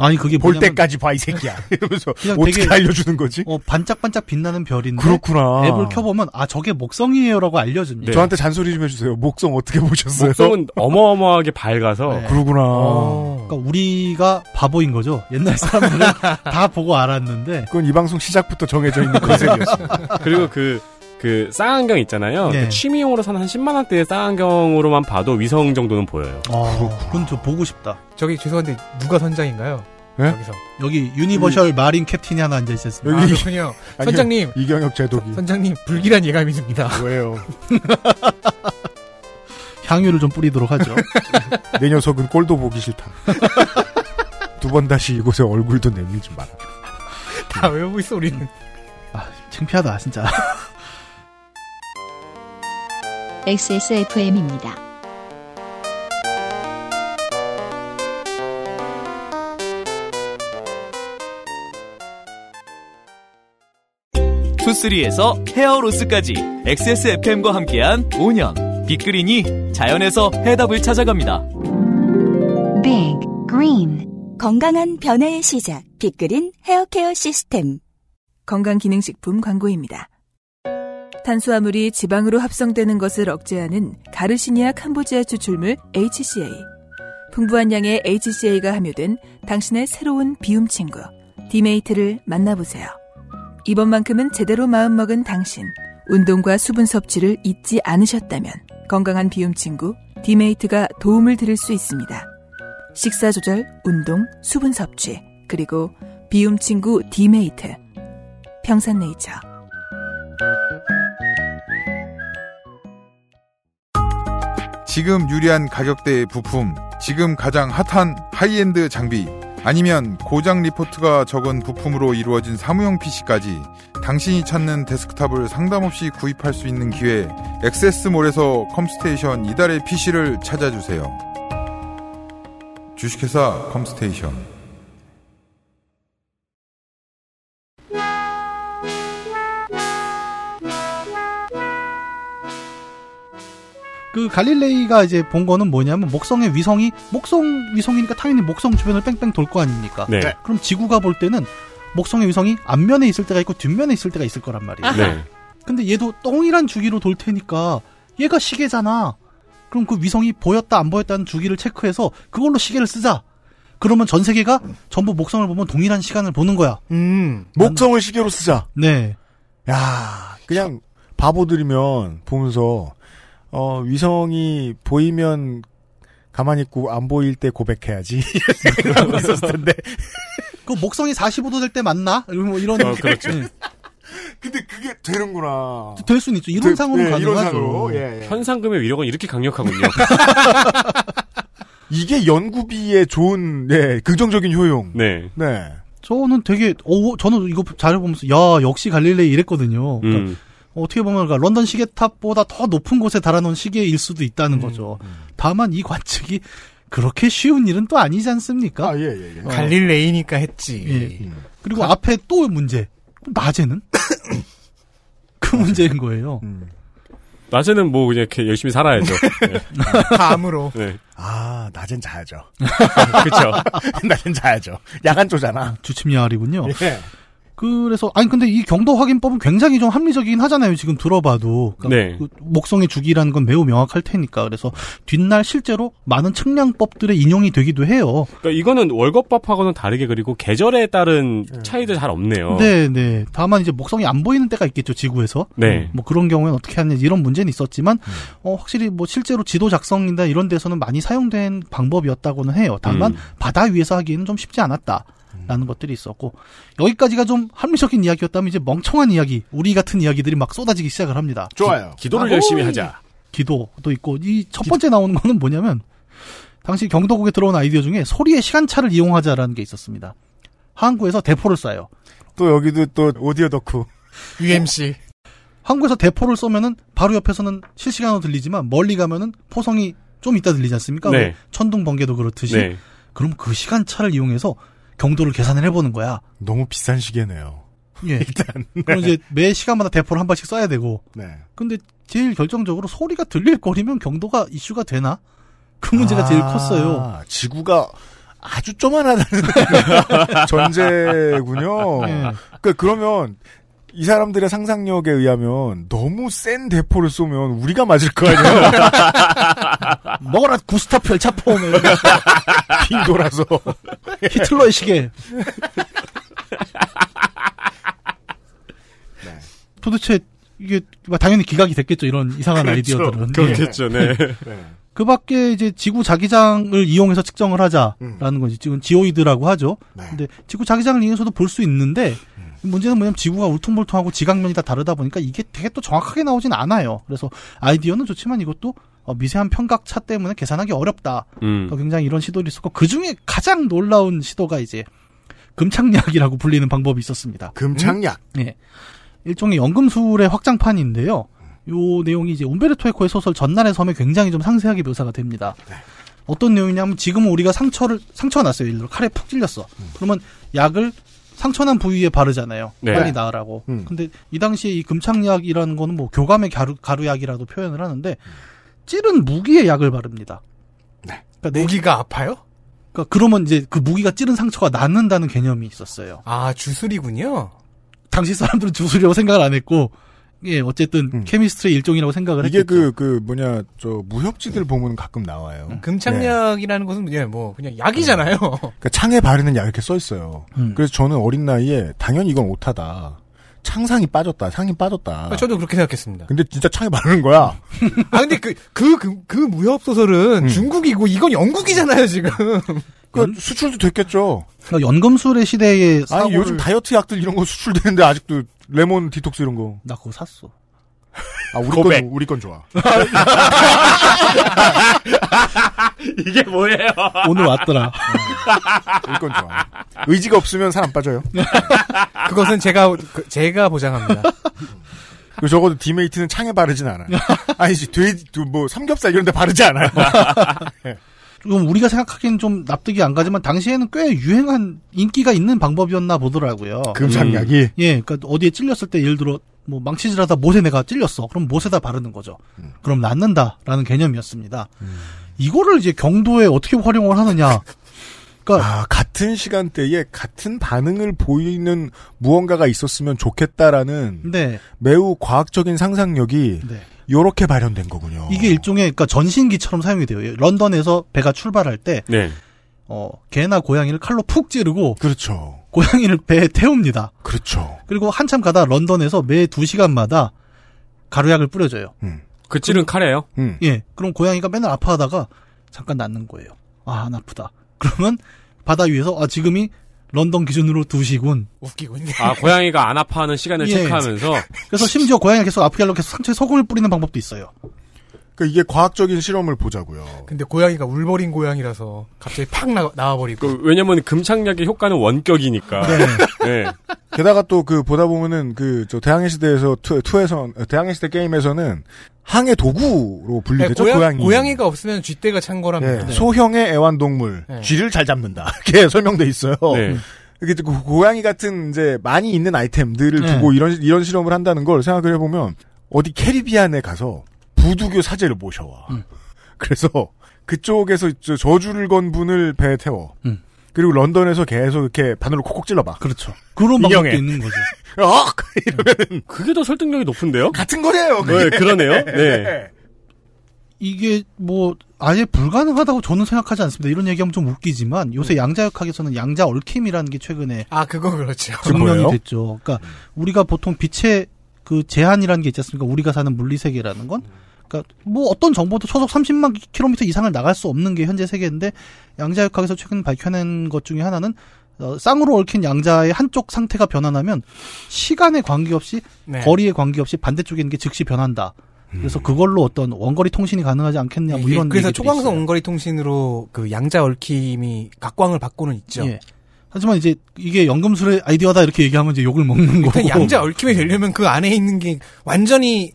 [SPEAKER 10] 아니 그게
[SPEAKER 2] 볼
[SPEAKER 10] 뭐냐면-
[SPEAKER 2] 때까지 봐 이 새끼야. [LAUGHS] 이러면서
[SPEAKER 10] 그냥
[SPEAKER 2] 어떻게
[SPEAKER 10] 되게-
[SPEAKER 2] 알려주는 거지?
[SPEAKER 10] 어, 반짝반짝 빛나는 별인데
[SPEAKER 2] 그렇구나. 네.
[SPEAKER 10] 앱을 켜보면 아 저게 목성이에요라고 알려줍니다.
[SPEAKER 2] 저한테 잔소리 좀 해주세요. 목성 어떻게 보셨어요?
[SPEAKER 9] [LAUGHS]
[SPEAKER 11] 목성은 어마어마하게 밝아서
[SPEAKER 9] 네.
[SPEAKER 2] 그러구나.
[SPEAKER 9] 어.
[SPEAKER 10] 그러니까 우리가 바보인 거죠. 옛날 사람들은 다 보고 알았는데.
[SPEAKER 2] 그건 이 방송 시작부터 정해져 있는 컨셉이었어요.
[SPEAKER 11] 그리고 그, 그, 쌍안경 있잖아요.
[SPEAKER 10] 네.
[SPEAKER 11] 그 취미용으로 사는 한 10만원대의 쌍안경으로만 봐도 위성 정도는 보여요.
[SPEAKER 10] 어, 그건 저 보고 싶다.
[SPEAKER 9] 저기 죄송한데 누가 선장인가요?
[SPEAKER 11] 예?
[SPEAKER 9] 여기서.
[SPEAKER 10] 여기 유니버셜 마린 캡틴이 하나 앉아 있었습니다.
[SPEAKER 9] 아, 그렇군요. 선장님.
[SPEAKER 2] 이경혁 제독이.
[SPEAKER 9] 선장님 불길한 예감이 듭니다.
[SPEAKER 11] 뭐,
[SPEAKER 2] 왜요?
[SPEAKER 10] 향유를 좀 뿌리도록 하죠.
[SPEAKER 2] 내 녀석은 꼴도 보기 싫다. 두 번 다시 이곳에 얼굴도 내밀지 마라.
[SPEAKER 9] [LAUGHS] 다 외우고 있어 우리는.
[SPEAKER 10] 아, 창피하다 진짜.
[SPEAKER 1] XSFM입니다.
[SPEAKER 4] 투쓰리에서 헤어로스까지 XSFM과 함께한 5년 빅그린이 자연에서 해답을 찾아갑니다.
[SPEAKER 5] Big Green 건강한 변화의 시작 빅그린 헤어케어 시스템
[SPEAKER 8] 건강기능식품 광고입니다. 탄수화물이 지방으로 합성되는 것을 억제하는 가르시니아 캄보지아 추출물 HCA. 풍부한 양의 HCA가 함유된 당신의 새로운 비움 친구 디메이트를 만나보세요. 이번만큼은 제대로 마음먹은 당신. 운동과 수분 섭취를 잊지 않으셨다면 건강한 비움 친구 디메이트가 도움을 드릴 수 있습니다. 식사 조절, 운동, 수분 섭취, 그리고 비움 친구 디메이트. 평산네이처.
[SPEAKER 3] 지금 유리한 가격대의 부품, 지금 가장 핫한 하이엔드 장비, 아니면 고장 리포트가 적은 부품으로 이루어진 사무용 PC까지 당신이 찾는 데스크탑을 상담 없이 구입할 수 있는 기회, 액세스몰에서 컴스테이션 이달의 PC를 찾아주세요. 주식회사 컴스테이션.
[SPEAKER 10] 그 갈릴레이가 이제 본 거는 뭐냐면 목성의 위성이 목성 위성이니까 당연히 목성 주변을 뺑뺑 돌 거 아닙니까?
[SPEAKER 11] 네. 네.
[SPEAKER 10] 그럼 지구가 볼 때는 목성의 위성이 앞면에 있을 때가 있고 뒷면에 있을 때가 있을 거란 말이에요.
[SPEAKER 11] 네.
[SPEAKER 10] 근데 얘도 동일한 주기로 돌 테니까 얘가 시계잖아. 그럼 그 위성이 보였다 안 보였다는 주기를 체크해서 그걸로 시계를 쓰자. 그러면 전 세계가 전부 목성을 보면 동일한 시간을 보는 거야.
[SPEAKER 2] 음. 목성을 시계로 쓰자.
[SPEAKER 10] 네.
[SPEAKER 2] 야, 그냥 바보들이면 보면서 어, 위성이 보이면 가만히 있고 안 보일 때 고백해야지. 이러고 있었을 텐데.
[SPEAKER 10] 그 목성이 45도 될 때 맞나? 뭐 이런
[SPEAKER 2] 어, 그렇죠.
[SPEAKER 10] 네.
[SPEAKER 2] 근데 그게 되는구나.
[SPEAKER 10] 될 수는 있죠. 이론상으로
[SPEAKER 2] 네,
[SPEAKER 10] 가능하죠.
[SPEAKER 2] 이론상으로, 예, 예.
[SPEAKER 11] 현상금의 위력은 이렇게 강력하군요. [LAUGHS]
[SPEAKER 2] 이게 연구비의 좋은 예, 긍정적인 효용.
[SPEAKER 11] 네.
[SPEAKER 2] 네.
[SPEAKER 10] 저는 되게 어 저는 이거 자료 보면서 야 역시 갈릴레이 이랬거든요. 그러니까
[SPEAKER 11] 음.
[SPEAKER 10] 어떻게 보면 그러니까 런던 시계탑보다 더 높은 곳에 달아놓은 시계일 수도 있다는 거죠. 다만 이 관측이 그렇게 쉬운 일은 또 아니지 않습니까?
[SPEAKER 2] 예,
[SPEAKER 10] 어.
[SPEAKER 9] 갈릴레이니까 했지.
[SPEAKER 10] 예. 그리고 앞에 또 문제. 그럼 낮에는 그 문제인 거예요.
[SPEAKER 11] 낮에는 뭐 그냥 이렇게 열심히 살아야죠. 네. [LAUGHS]
[SPEAKER 9] 감으로.
[SPEAKER 11] 네.
[SPEAKER 2] 아, 낮엔
[SPEAKER 10] [LAUGHS]
[SPEAKER 2] 자야죠.
[SPEAKER 11] 그쵸.
[SPEAKER 2] [LAUGHS] 낮엔 자야죠. 야간 조잖아. 예.
[SPEAKER 10] 주침 야알이군요. 그래서 아니 근데 이 경도 확인법은 굉장히 좀 합리적이긴 하잖아요. 지금 들어봐도
[SPEAKER 11] 네.
[SPEAKER 10] 그 목성의 주기라는 건 매우 명확할 테니까 그래서 뒷날 실제로 많은 측량법들의 인용이 되기도 해요.
[SPEAKER 11] 그러니까 이거는 월급밥하고는 다르게 그리고 계절에 따른 차이도 잘 네. 없네요.
[SPEAKER 10] 네, 네. 다만 이제 목성이 안 보이는 때가 있겠죠 지구에서.
[SPEAKER 11] 네. 음.
[SPEAKER 10] 뭐 그런 경우에는 어떻게 하느냐 이런 문제는 있었지만 어, 확실히 뭐 실제로 지도 작성이나 이런 데서는 많이 사용된 방법이었다고는 해요. 다만
[SPEAKER 11] 음.
[SPEAKER 10] 바다 위에서 하기에는 좀 쉽지 않았다. 라는 것들이 있었고 여기까지가 좀 합리적인 이야기였다면 이제 멍청한 이야기 우리 같은 이야기들이 막 쏟아지기 시작을 합니다.
[SPEAKER 2] 좋아요.
[SPEAKER 11] 기- 기도를 열심히 하자.
[SPEAKER 10] 기도도 있고 이 첫 번째 나오는 거는 뭐냐면 당시 경도국에 들어온 아이디어 중에 소리의 시간차를 이용하자라는 게 있었습니다. 항구에서 대포를 쏴요.
[SPEAKER 2] 또 여기도 또 오디오 [LAUGHS] 덕후
[SPEAKER 9] UMC
[SPEAKER 10] 항구에서 대포를 쏘면은 바로 옆에서는 실시간으로 들리지만 멀리 가면은 포성이 좀 이따 들리지 않습니까?
[SPEAKER 11] 네.
[SPEAKER 10] 왜 천둥 번개도 그렇듯이
[SPEAKER 11] 네.
[SPEAKER 10] 그럼 그 시간차를 이용해서 경도를 계산을 해보는 거야.
[SPEAKER 2] 너무 비싼 시계네요.
[SPEAKER 10] 예.
[SPEAKER 2] 일단
[SPEAKER 10] 그럼 이제 매 시간마다 대포를 한 발씩 쏴야 되고.
[SPEAKER 2] 네.
[SPEAKER 10] 근데 제일 결정적으로 소리가 들릴 거리면 경도가 이슈가 되나? 그 문제가 제일 컸어요.
[SPEAKER 2] 아, 지구가 아주 쪼만하다는 [LAUGHS] 전제군요.
[SPEAKER 10] 네.
[SPEAKER 2] 그러니까 그러면 이 사람들의 상상력에 의하면 너무 센 대포를 쏘면 우리가 맞을 거 [LAUGHS] 아니에요.
[SPEAKER 10] 먹어라 구스타프 열차포 [LAUGHS]
[SPEAKER 2] 빙 돌아서
[SPEAKER 10] 히틀러의 시계.
[SPEAKER 11] 네.
[SPEAKER 10] 도대체 이게 막 당연히 기각이 됐겠죠 이런 이상한
[SPEAKER 11] 그렇죠.
[SPEAKER 10] 아이디어들은 예.
[SPEAKER 11] 그렇겠죠, 네. 네.
[SPEAKER 10] 그 밖에 이제 지구 자기장을 이용해서 측정을
[SPEAKER 11] 음.
[SPEAKER 10] 하자라는 거지 지금 지오이드라고 하죠
[SPEAKER 2] 네.
[SPEAKER 11] 네.
[SPEAKER 10] 근데 지구 자기장을 이용해서도 볼 수 있는데
[SPEAKER 11] 음.
[SPEAKER 10] 문제는 뭐냐면 지구가 울퉁불퉁하고 지각면이 다 다르다 보니까 이게 되게 또 정확하게 나오진 않아요 그래서 아이디어는 좋지만 이것도 어, 미세한 편각 차 때문에 계산하기 어렵다
[SPEAKER 11] 음.
[SPEAKER 10] 어, 굉장히 이런 시도들이 있었고 그중에 가장 놀라운 시도가 이제 금착약이라고 불리는 방법이 있었습니다.
[SPEAKER 2] 금착약?
[SPEAKER 10] 네. 일종의 연금술의 확장판인데요. 요 내용이 이제 움베르토 에코의 소설 전날의 섬에 굉장히 좀 상세하게 묘사가 됩니다. 어떤 내용이냐면 지금은 우리가 상처를 상처가 났어요. 예를 들어 칼에 푹 찔렸어. 그러면 약을 상처난 부위에 바르잖아요.
[SPEAKER 12] 네.
[SPEAKER 10] 빨리 나으라고. 근데 이 당시에 이 금착약이라는 거는 뭐 교감의 가루, 가루약이라도 표현을 하는데 찌른 무기에 약을 바릅니다.
[SPEAKER 11] 네.
[SPEAKER 10] 무기가 아파요? 그러니까 그러면 이제 그 무기가 찌른 상처가 낫는다는 개념이 있었어요.
[SPEAKER 9] 아 주술이군요.
[SPEAKER 10] 당시 사람들은 주술이라고 생각을 안 했고 예 어쨌든 케미스트의 일종이라고 생각을
[SPEAKER 2] 음. 이게 그
[SPEAKER 10] 했겠죠.
[SPEAKER 2] 그 뭐냐 저 무협지들 보면 가끔 나와요. 네.
[SPEAKER 9] 금착약이라는 것은 예, 뭐 그냥 약이잖아요.
[SPEAKER 11] 네.
[SPEAKER 2] 그러니까 창에 바르는 약 이렇게 써 있어요. 그래서 저는 어린 나이에 당연히 이건 오타다. 창상이 빠졌다. 상이 빠졌다.
[SPEAKER 9] 아,
[SPEAKER 11] 아.
[SPEAKER 9] 저도 그렇게 생각했습니다.
[SPEAKER 2] 근데 진짜 창에 바르는 거야.
[SPEAKER 12] 아 근데 그 그 그 무협
[SPEAKER 11] 음.
[SPEAKER 12] 소설은 중국이고 이건 영국이잖아요 지금.
[SPEAKER 2] 그 수출도 됐겠죠.
[SPEAKER 10] 그러니까 연금술의 시대에
[SPEAKER 2] 아니 요즘 다이어트 약들 이런 거 수출되는데 아직도 레몬 디톡스 이런 거.
[SPEAKER 10] 나 그거 샀어.
[SPEAKER 2] 아 우리
[SPEAKER 12] 고백.
[SPEAKER 2] 건 우리 건 좋아.
[SPEAKER 11] 이게 뭐예요?
[SPEAKER 2] [LAUGHS]
[SPEAKER 10] 오늘 왔더라.
[SPEAKER 2] 우리 건 좋아. 의지가 없으면 살 안 빠져요.
[SPEAKER 9] 그것은 제가 그- 제가 보장합니다. [LAUGHS]
[SPEAKER 2] 그리고 적어도 디메이트는 창에 바르진 않아요. 아니지 돼지 뭐 삼겹살 이런 데 바르지 않아요.
[SPEAKER 10] 좀 우리가 생각하기엔 좀 납득이 안 가지만 당시에는 꽤 유행한 인기가 있는 방법이었나 보더라고요.
[SPEAKER 2] 그 금착약이?
[SPEAKER 10] 음. 예, 그러니까 어디에 찔렸을 때 예를 들어 뭐 망치질하다 못에 내가 찔렸어. 그럼 못에다 바르는 거죠.
[SPEAKER 2] 음.
[SPEAKER 10] 그럼 낫는다라는 개념이었습니다. 이거를 이제 경도에 어떻게 활용을 하느냐? 그러니까
[SPEAKER 2] 아, 같은 시간대에 같은 반응을 보이는 무언가가 있었으면 좋겠다라는
[SPEAKER 10] 네.
[SPEAKER 2] 매우 과학적인 상상력이 요렇게 발현된
[SPEAKER 11] 어.
[SPEAKER 2] 거군요.
[SPEAKER 10] 이게 일종의 그러니까 전신기처럼 사용이 돼요. 예, 런던에서 배가 출발할 때
[SPEAKER 11] 네.
[SPEAKER 10] 어, 개나 고양이를 칼로 푹 찌르고 [LAUGHS]
[SPEAKER 2] 그렇죠.
[SPEAKER 10] 고양이를 배에 태웁니다.
[SPEAKER 2] 그렇죠.
[SPEAKER 10] 그리고 한참 가다 런던에서 매 2시간마다 가루약을 뿌려줘요.
[SPEAKER 11] 그 찌른 칼이에요?
[SPEAKER 2] 음.
[SPEAKER 10] 예. 그럼 고양이가 맨날 아파하다가 잠깐 낫는 거예요. 아, 안 아프다. [LAUGHS] 그러면 바다 위에서 아, 지금이 런던 기준으로 2시군.
[SPEAKER 9] 웃기고
[SPEAKER 11] 아, 고양이가 안 아파하는 시간을
[SPEAKER 10] 예.
[SPEAKER 11] 네, 체크하면서
[SPEAKER 10] 그래서 심지어 고양이가 계속 아프게 하려고 계속 상처에 소금을 뿌리는
[SPEAKER 11] [LAUGHS]
[SPEAKER 10] 방법도 있어요.
[SPEAKER 2] 그 이게 과학적인 실험을 보자고요.
[SPEAKER 9] 근데 고양이가 울버린 고양이라서 갑자기 팍 나, 나와버리고
[SPEAKER 11] 그, 왜냐면 금착약의 효과는 원격이니까. 네.
[SPEAKER 2] 게다가 또 그 보다 보면은 그 저 대항해 시대에서 투, 투에서 대항해 시대 게임에서는 항해 도구로 분류되죠
[SPEAKER 9] 네, 고양-
[SPEAKER 2] 고양이.
[SPEAKER 9] 고양이가 없으면 쥐떼가 찬
[SPEAKER 2] 예,
[SPEAKER 10] 네.
[SPEAKER 9] 거랍니다.
[SPEAKER 2] 소형의 애완동물
[SPEAKER 9] 네.
[SPEAKER 2] 쥐를 잘 잡는다 [LAUGHS] 이렇게 설명돼 있어요.
[SPEAKER 11] 네.
[SPEAKER 2] 이게 고- 고양이 같은 이제 많이 있는 아이템들을
[SPEAKER 10] 네.
[SPEAKER 2] 두고 이런 이런 실험을 한다는 걸 생각을 해보면 어디 캐리비안에 가서 부두교 사제를 모셔와.
[SPEAKER 10] 음.
[SPEAKER 2] 그래서 그쪽에서 저- 저주를 건 분을 배에 태워.
[SPEAKER 10] 음.
[SPEAKER 2] 그리고 런던에서 계속 이렇게 바늘로 콕콕 찔러봐.
[SPEAKER 10] 그렇죠. 그런 방법도 있는 거죠.
[SPEAKER 2] 어? [LAUGHS] 이러면
[SPEAKER 11] 그게 더 설득력이 높은데요?
[SPEAKER 2] 같은 거래요.
[SPEAKER 11] 네,
[SPEAKER 2] 그게. [LAUGHS]
[SPEAKER 11] 그러네요. 네.
[SPEAKER 10] 이게 뭐 아예 불가능하다고 저는 생각하지 않습니다. 이런 얘기하면 좀 웃기지만
[SPEAKER 9] 음.
[SPEAKER 10] 요새 양자역학에서는 양자 얽힘이라는 게 최근에
[SPEAKER 9] 아, 음. 그건 그렇죠.
[SPEAKER 10] [LAUGHS] 증명이 됐죠. 그러니까 우리가 보통 빛의 그 제한이라는 게 있지 않습니까? 우리가 사는 물리 세계라는 건 그러니까 뭐 어떤 정보도 초속 30만 킬로미터 이상을 나갈 수 없는 게 현재 세계인데 양자역학에서 최근 밝혀낸 것 중에 하나는 어, 쌍으로 얽힌 양자의 한쪽 상태가 변환하면 시간에 관계없이
[SPEAKER 9] 네. 음.
[SPEAKER 10] 거리에 관계없이 반대쪽에 있는 게 즉시 변한다. 그래서 그걸로 어떤 원거리 통신이 가능하지 않겠냐 뭐
[SPEAKER 9] 네, 이게
[SPEAKER 10] 이런
[SPEAKER 9] 그래서
[SPEAKER 10] 얘기들이
[SPEAKER 9] 초강성
[SPEAKER 10] 있어요.
[SPEAKER 9] 원거리 통신으로 그 양자 얽힘이 각광을 받고는 있죠.
[SPEAKER 10] 예. 하지만 이제 이게 연금술의 아이디어다 이렇게 얘기하면 이제 욕을 먹는 거고.
[SPEAKER 9] 일단 양자
[SPEAKER 10] 네.
[SPEAKER 9] 얽힘이 되려면 그 안에 있는 게 완전히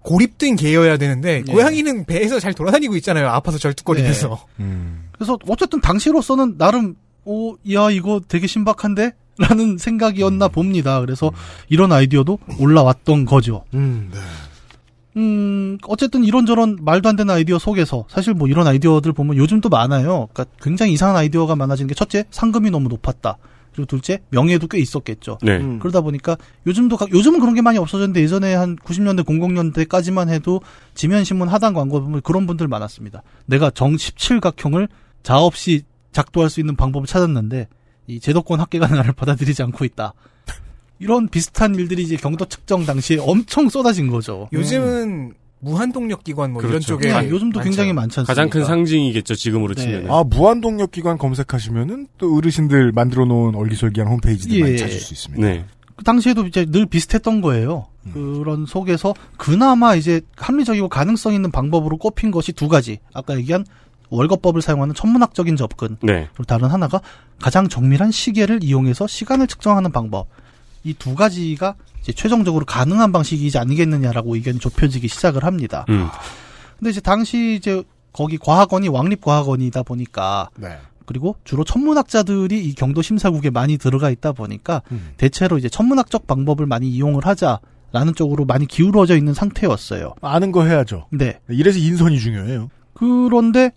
[SPEAKER 9] 고립된 개여야 되는데
[SPEAKER 10] 예.
[SPEAKER 9] 고양이는 배에서 잘 돌아다니고 있잖아요. 아파서 절뚝거리면서.
[SPEAKER 2] 음.
[SPEAKER 10] 그래서 어쨌든 당시로서는 나름 오, 야 이거 되게 신박한데 라는 생각이었나 봅니다. 그래서 이런 아이디어도 올라왔던 거죠. 음, 어쨌든 이런저런 말도 안 되는 아이디어 속에서 사실 뭐 이런 아이디어들 보면 요즘 또 많아요. 그러니까 굉장히 이상한 아이디어가 많아지는 게 첫째 상금이 너무 높았다. 그리고 둘째 명예도 꽤 있었겠죠.
[SPEAKER 11] 네. 음.
[SPEAKER 10] 그러다 보니까 요즘도 각- 요즘은 그런 게 많이 없어졌는데 예전에 한 90년대 00년대까지만 해도 지면신문 하단 광고 보면 그런 분들 많았습니다. 내가 정 17각형을 자 없이 작도할 수 있는 방법을 찾았는데 이 제도권 학계가 나를 [LAUGHS] 받아들이지 않고 있다. 이런 비슷한 일들이 이제 경도 측정 당시에 엄청 쏟아진 거죠.
[SPEAKER 9] 요즘은 무한동력 기관 뭐 이런
[SPEAKER 10] 예. 그렇죠.
[SPEAKER 9] 쪽에
[SPEAKER 10] 아, 요즘도
[SPEAKER 9] 많죠.
[SPEAKER 10] 굉장히 많지 않습니까?
[SPEAKER 11] 가장 큰 상징이겠죠
[SPEAKER 10] 네.
[SPEAKER 11] 지금으로 치면.
[SPEAKER 2] 아 무한동력 기관 검색하시면은 또 어르신들 만들어 놓은 얼기설기한 홈페이지들 많이
[SPEAKER 10] 예.
[SPEAKER 2] 찾을 수 있습니다.
[SPEAKER 11] 네.
[SPEAKER 10] 그 당시에도 이제 늘 비슷했던 거예요. 그런 속에서 그나마 이제 합리적이고 가능성 있는 방법으로 꼽힌 것이 두 가지. 아까 얘기한 월거법을 사용하는 천문학적인 접근.
[SPEAKER 11] 네.
[SPEAKER 10] 그리고 다른 하나가 가장 정밀한 시계를 이용해서 시간을 측정하는 방법. 이 두 가지가 이제 최종적으로 가능한 방식이지 아니겠느냐라고 의견이 좁혀지기 시작을 합니다.
[SPEAKER 11] 음.
[SPEAKER 10] 근데 이제 당시 이제 거기 과학원이 왕립과학원이다 보니까
[SPEAKER 2] 네.
[SPEAKER 10] 그리고 주로 천문학자들이 이 경도 심사국에 많이 들어가 있다 보니까
[SPEAKER 2] 음.
[SPEAKER 10] 대체로 이제 천문학적 방법을 많이 이용을 하자라는 쪽으로 많이 기울어져 있는 상태였어요.
[SPEAKER 2] 아는 거 해야죠.
[SPEAKER 10] 네.
[SPEAKER 2] 이래서 인선이 중요해요.
[SPEAKER 10] 그런데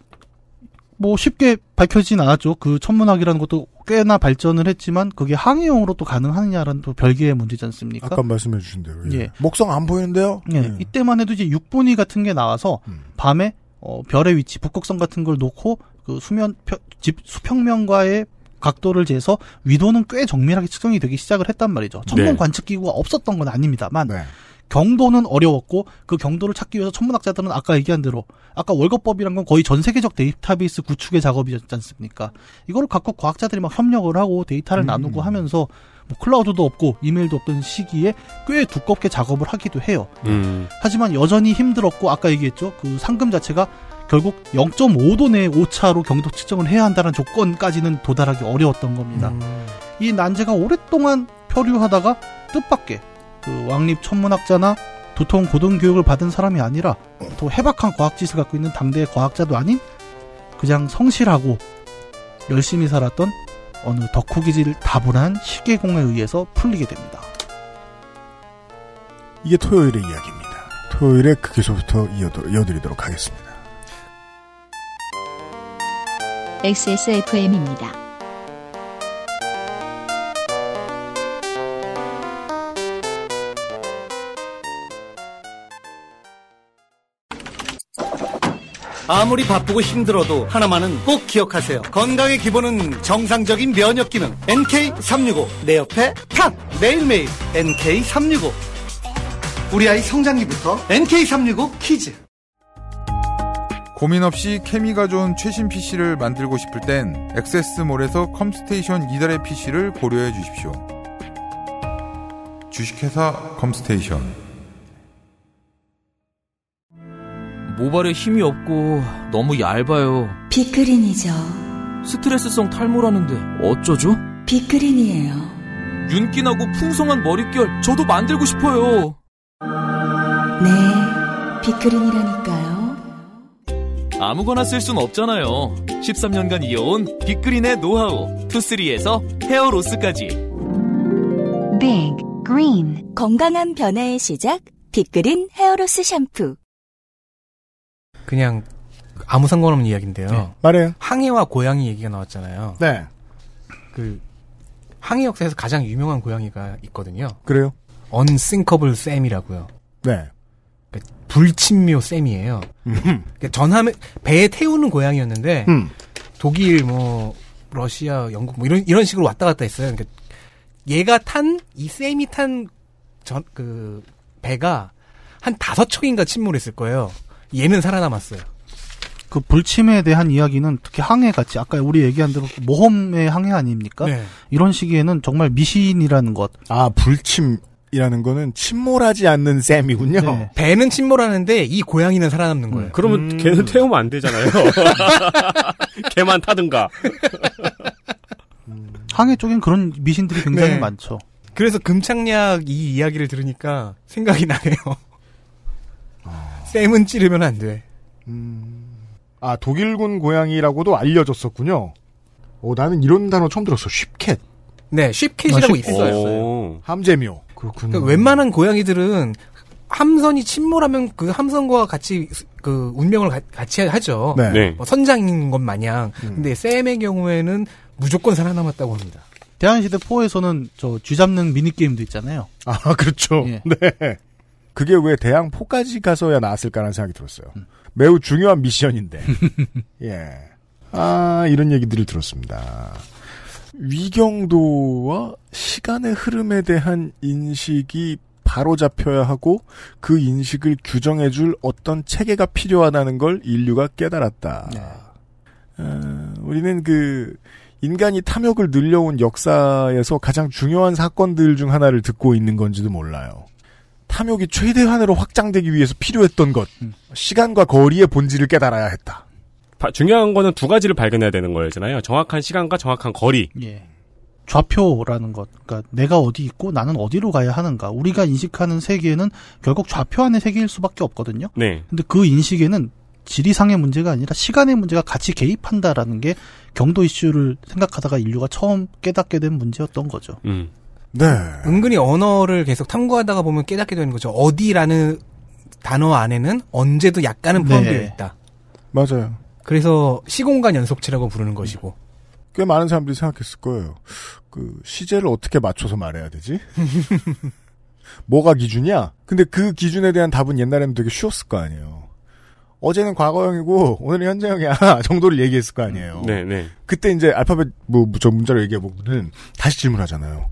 [SPEAKER 10] 뭐 쉽게 밝혀지진 않았죠. 그 천문학이라는 것도 꽤나 발전을 했지만 그게 항해용으로 또 가능하느냐라는 또 별개의 문제지 않습니까?
[SPEAKER 2] 아까 네. 말씀해 주신 대로. 예.
[SPEAKER 10] 그러니까 예.
[SPEAKER 2] 목성 안 보이는데요?
[SPEAKER 10] 예, 이때만 해도 이제 육분위 같은 게 나와서 밤에 어, 별의 위치, 북극성 같은 걸 놓고 그 수면 펴- 집 수평면과의 각도를 재서 위도는 꽤 정밀하게 측정이 되기 시작을 했단 말이죠. 천문
[SPEAKER 12] 네.
[SPEAKER 10] 관측 기구가 없었던 건
[SPEAKER 2] 네.
[SPEAKER 10] 아닙니다만 경도는 어려웠고 그 경도를 찾기 위해서 천문학자들은 아까 얘기한 대로 아까 월거법이란 건 거의 전 세계적 데이터베이스 구축의 작업이었지 않습니까? 이거를 각국 과학자들이 막 협력을 하고 데이터를 나누고 하면서 뭐 클라우드도 없고 이메일도 없던 시기에 꽤 두껍게 작업을 하기도 해요.
[SPEAKER 11] 음.
[SPEAKER 10] 하지만 여전히 힘들었고 아까 얘기했죠 그 상금 자체가 결국 0.5도 내의 오차로 경도 측정을 해야 한다는 조건까지는 도달하기 어려웠던 겁니다.
[SPEAKER 9] 음.
[SPEAKER 10] 이 난제가 오랫동안 표류하다가 뜻밖의 그 왕립 천문학자나 도통 고등교육을 받은 사람이 아니라 또 해박한 과학지식을 갖고 있는 당대의 과학자도 아닌 그냥 성실하고 열심히 살았던 어느 덕후기질 다분한 시계공에 의해서 풀리게 됩니다.
[SPEAKER 2] 이게 토요일의 이야기입니다. 토요일에 그기서부터 이어드, 이어드리도록 하겠습니다.
[SPEAKER 1] XSFM입니다.
[SPEAKER 7] 아무리 바쁘고 힘들어도 하나만은 꼭 기억하세요. 건강의 기본은 정상적인 면역 기능. NK365. 내 옆에 탑! 매일매일 NK365. 우리 아이 성장기부터 NK365 키즈.
[SPEAKER 3] 고민 없이 케미가 좋은 최신 PC를 만들고 싶을 땐 액세스몰에서 컴스테이션 이달의 PC를 고려해 주십시오. 주식회사 컴스테이션
[SPEAKER 4] 모발에 힘이 없고 너무 얇아요.
[SPEAKER 13] 비크린이죠.
[SPEAKER 4] 스트레스성 탈모라는데 어쩌죠?
[SPEAKER 13] 비크린이에요.
[SPEAKER 4] 윤기나고 풍성한 머릿결 저도 만들고 싶어요.
[SPEAKER 13] 네, 비크린이라니까요.
[SPEAKER 14] 아무거나 쓸 순 없잖아요. 13년간 이어온 빅그린의 노하우 투쓰리에서 헤어로스까지
[SPEAKER 5] Big Green 건강한 변화의 시작 빅그린 헤어로스 샴푸
[SPEAKER 9] 그냥 아무 상관없는 이야기인데요.
[SPEAKER 10] 네.
[SPEAKER 7] 네.
[SPEAKER 2] 예. 말해요.
[SPEAKER 9] 항해와 고양이 얘기가 나왔잖아요.
[SPEAKER 2] 네.
[SPEAKER 9] 그 항해 역사에서 가장 유명한 고양이가 있거든요.
[SPEAKER 2] 그래요?
[SPEAKER 9] 언싱커블 쌤이라고요. 그러니까
[SPEAKER 2] 네.
[SPEAKER 9] 불친묘 쌤이에요.
[SPEAKER 7] 음.
[SPEAKER 9] 그러니까 전함에 배에
[SPEAKER 7] [LAUGHS]
[SPEAKER 9] 태우는 고양이였는데
[SPEAKER 2] 음.
[SPEAKER 9] 독일 뭐 러시아 영국 뭐 이런 이런 식으로 왔다 갔다 했어요. 그러니까 얘가 탄 이 쌤이 탄 전 그 배가 한 다섯 척인가 침몰했을 거예요. 얘는 살아남았어요.
[SPEAKER 10] 그 불침에 대한 이야기는 특히 항해 같이 아까 우리 얘기한 대로 모험의 항해 아닙니까?
[SPEAKER 9] 네.
[SPEAKER 10] 이런 시기에는 정말 미신이라는 것.
[SPEAKER 2] 아 불침이라는 거는 침몰하지 않는 셈이군요.
[SPEAKER 10] 네.
[SPEAKER 9] 배는 침몰하는데 이 고양이는 살아남는 거예요.
[SPEAKER 11] 그러면 걔는 태우면 안 되잖아요. 걔만 타든가.
[SPEAKER 10] 항해 쪽엔 그런 미신들이 굉장히
[SPEAKER 9] 네.
[SPEAKER 10] 많죠.
[SPEAKER 9] 그래서 금창약 이 이야기를 들으니까 생각이 나네요. 아. 쌤은 찌르면 안 돼.
[SPEAKER 2] 아 독일군 고양이라고도 알려졌었군요. 어 나는 이런 단어 처음 들었어. 쉽캣.
[SPEAKER 9] 네, 쉽캣이라고 있어요.
[SPEAKER 2] 함재묘. 그렇군요.
[SPEAKER 9] 그러니까 웬만한 고양이들은 그러니까 함선이 침몰하면 그 함선과 같이 수- 그 운명을 가- 같이 하죠.
[SPEAKER 2] 네. 음. 네.
[SPEAKER 9] 뭐 선장인 것 마냥. 근데 쌤의 경우에는 무조건 살아남았다고 합니다.
[SPEAKER 10] 대한시대 4에서는 저 쥐잡는 미니게임도 있잖아요.
[SPEAKER 2] 아,
[SPEAKER 10] 예.
[SPEAKER 2] [LAUGHS] 그렇죠. 네. 그게 왜 대항포까지 가서야 나왔을까라는 생각이 들었어요. 매우 중요한 [LAUGHS] 미션인데. 예. 아, 이런 얘기들을 들었습니다. 위경도와 시간의 흐름에 대한 인식이 바로 잡혀야 하고 그 인식을 규정해줄 어떤 체계가 필요하다는 걸 인류가 깨달았다.
[SPEAKER 9] 네.
[SPEAKER 2] 어, 우리는 그 인간이 탐욕을 늘려온 역사에서 가장 중요한 사건들 중 하나를 듣고 있는 건지도 몰라요. 탐욕이 최대한으로 확장되기 위해서 필요했던 것, 시간과 거리의 본질을 깨달아야 했다.
[SPEAKER 11] 바- 중요한 거는 두 가지를 발견해야 되는 거잖아요. 정확한 시간과 정확한 거리.
[SPEAKER 10] 예. 좌표라는 것, 그러니까 내가 어디 있고 나는 어디로 가야 하는가. 우리가 인식하는 세계는 결국 좌표 안의 세계일 수밖에 없거든요.
[SPEAKER 11] 네.
[SPEAKER 10] 근데 그 인식에는 지리상의 문제가 아니라 시간의 문제가 같이 개입한다라는 게 경도 이슈를 생각하다가 인류가 처음 깨닫게 된 문제였던 거죠.
[SPEAKER 11] 음.
[SPEAKER 2] 네.
[SPEAKER 9] 은근히 언어를 계속 탐구하다가 보면 깨닫게 되는 거죠. 어디라는 단어 안에는 언제도 약간은 포함되어
[SPEAKER 2] 네.
[SPEAKER 9] 있다.
[SPEAKER 2] 맞아요.
[SPEAKER 9] 그래서 시공간 연속체라고 부르는 것이고.
[SPEAKER 2] 꽤 많은 사람들이 생각했을 거예요. 그 시제를 어떻게 맞춰서 말해야 되지? 뭐가 기준이야? 근데 그 기준에 대한 답은 옛날에는 되게 쉬웠을 거 아니에요. 어제는 과거형이고 오늘은 현재형이야 [LAUGHS] 정도를 얘기했을 거 아니에요.
[SPEAKER 11] 네, 네.
[SPEAKER 2] 그때 이제 알파벳 뭐 저 문자로 얘기해 보면은 다시 질문하잖아요.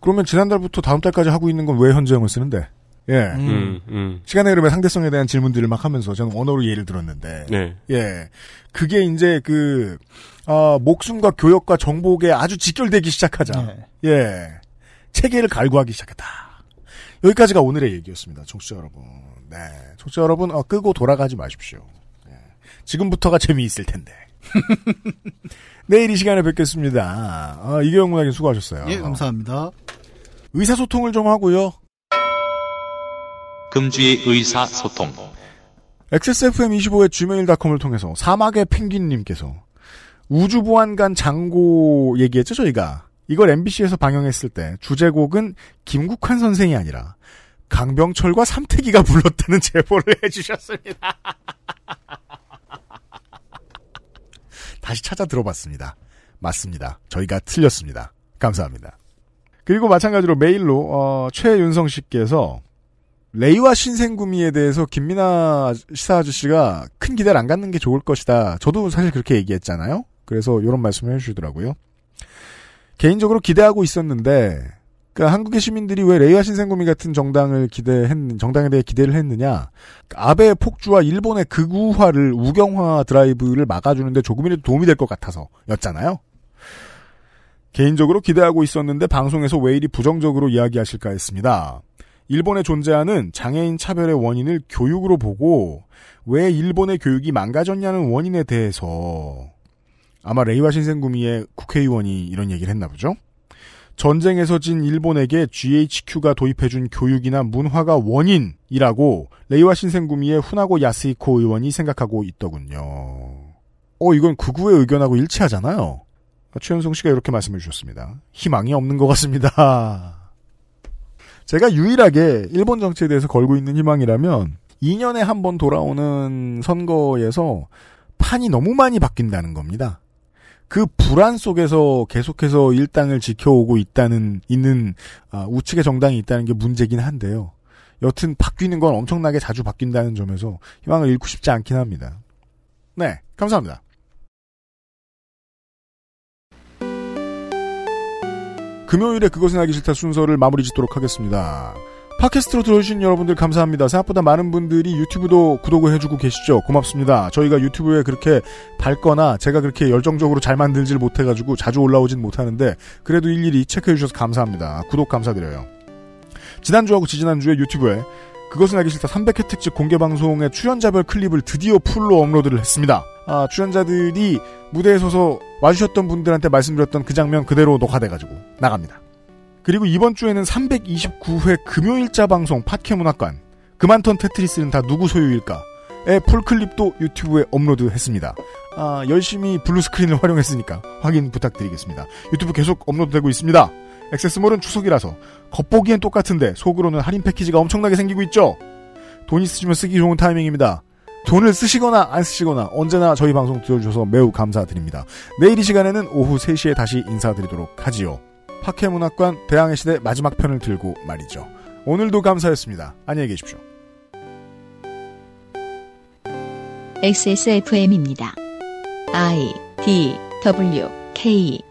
[SPEAKER 2] 그러면 지난달부터 다음 달까지 하고 있는 건 왜 현재형을 쓰는데? 예.
[SPEAKER 11] 음, 음.
[SPEAKER 2] 시간의 흐름의 상대성에 대한 질문들을 막 하면서 저는 언어로 예를 들었는데
[SPEAKER 11] 네.
[SPEAKER 2] 예. 그게 이제 그, 아, 목숨과 교역과 정복에 아주 직결되기 시작하자. 예. 체계를 갈구하기 시작했다. 여기까지가 오늘의 얘기였습니다. 청취자 여러분. 네. 청취자 여러분, 어, 끄고 돌아가지 마십시오. 예. 지금부터가 재미있을 텐데. [LAUGHS] 내일 이 시간에 뵙겠습니다. 아, 이경영 문학인 수고하셨어요.
[SPEAKER 10] 예, 감사합니다.
[SPEAKER 2] 의사소통을 좀 하고요.
[SPEAKER 15] 금주의 의사소통.
[SPEAKER 2] XSFM25의 gmail.com을 통해서 사막의 펭귄님께서 우주보안관 장고 얘기했죠, 저희가. 이걸 MBC에서 방영했을 때 주제곡은 김국환 선생이 아니라 강병철과 삼태기가 불렀다는 [LAUGHS] 제보를 해주셨습니다. [LAUGHS] 다시 찾아 들어봤습니다. 맞습니다. 저희가 틀렸습니다. 감사합니다. 그리고 마찬가지로 메일로 어, 최윤성 씨께서 레이와 신생구미에 대해서 김민아 시사 아저씨가 큰 기대를 안 갖는 게 좋을 것이다. 저도 사실 그렇게 얘기했잖아요. 그래서 이런 말씀을 해주시더라고요. 개인적으로 기대하고 있었는데, 그러니까 한국의 시민들이 왜 레이와 신생구미 같은 정당을 기대했, 정당에 대해 기대를 했느냐. 아베의 폭주와 일본의 극우화를 우경화 드라이브를 막아주는데 조금이라도 도움이 될 것 같아서 였잖아요. 개인적으로 기대하고 있었는데 방송에서 왜 이리 부정적으로 이야기하실까 했습니다. 일본에 존재하는 장애인 차별의 원인을 교육으로 보고 왜 일본의 교육이 망가졌냐는 원인에 대해서 아마 레이와 신생구미의 국회의원이 이런 얘기를 했나 보죠. 전쟁에서 진 일본에게 GHQ가 도입해준 교육이나 문화가 원인이라고 레이와 신생구미의 훈하고 야스이코 의원이 생각하고 있더군요. 어, 이건 극우의 의견하고 일치하잖아요. 최현성 씨가 이렇게 말씀해 주셨습니다. 희망이 없는 것 같습니다. [LAUGHS] 제가 유일하게 일본 정치에 대해서 걸고 있는 희망이라면 2년에 한 번 돌아오는 선거에서 판이 너무 많이 바뀐다는 겁니다. 그 불안 속에서 계속해서 일당을 지켜오고 있다는 있는 아, 우측의 정당이 있다는 게 문제긴 한데요. 여튼 바뀌는 건 엄청나게 자주 바뀐다는 점에서 희망을 잃고 싶지 않긴 합니다. 네, 감사합니다. 금요일에 그것은 알기 싫다 순서를 마무리 짓도록 하겠습니다. 팟캐스트로 들어주신 여러분들 감사합니다. 생각보다 많은 분들이 유튜브도 구독을 해주고 계시죠. 고맙습니다. 저희가 유튜브에 그렇게 밝거나 제가 그렇게 열정적으로 잘 만들질 못해가지고 자주 올라오진 못하는데 그래도 일일이 체크해주셔서 감사합니다. 구독 감사드려요. 지난주하고 지지난주에 유튜브에 그것은 알기 싫다 300회 특집 공개방송의 출연자별 클립을 드디어 풀로 업로드를 했습니다. 아, 출연자들이 무대에 서서 와주셨던 분들한테 말씀드렸던 그 장면 그대로 녹화돼가지고 나갑니다. 그리고 이번 주에는 329회 금요일자 방송 팟캐문학관 그만턴 테트리스는 다 누구 소유일까의 풀클립도 유튜브에 업로드했습니다. 아, 열심히 블루스크린을 활용했으니까 확인 부탁드리겠습니다. 유튜브 계속 업로드되고 있습니다. 액세스몰은 추석이라서 겉보기엔 똑같은데 속으로는 할인 패키지가 엄청나게 생기고 있죠. 돈 있으시면 쓰기 좋은 타이밍입니다. 돈을 쓰시거나 안 쓰시거나 언제나 저희 방송 들어주셔서 매우 감사드립니다. 내일 이 시간에는 오후 3시에 다시 인사드리도록 하지요. 파케문학관 대항해 시대 마지막 편을 들고 말이죠. 오늘도 감사했습니다. 안녕히 계십시오.
[SPEAKER 1] XSFM입니다. I D W K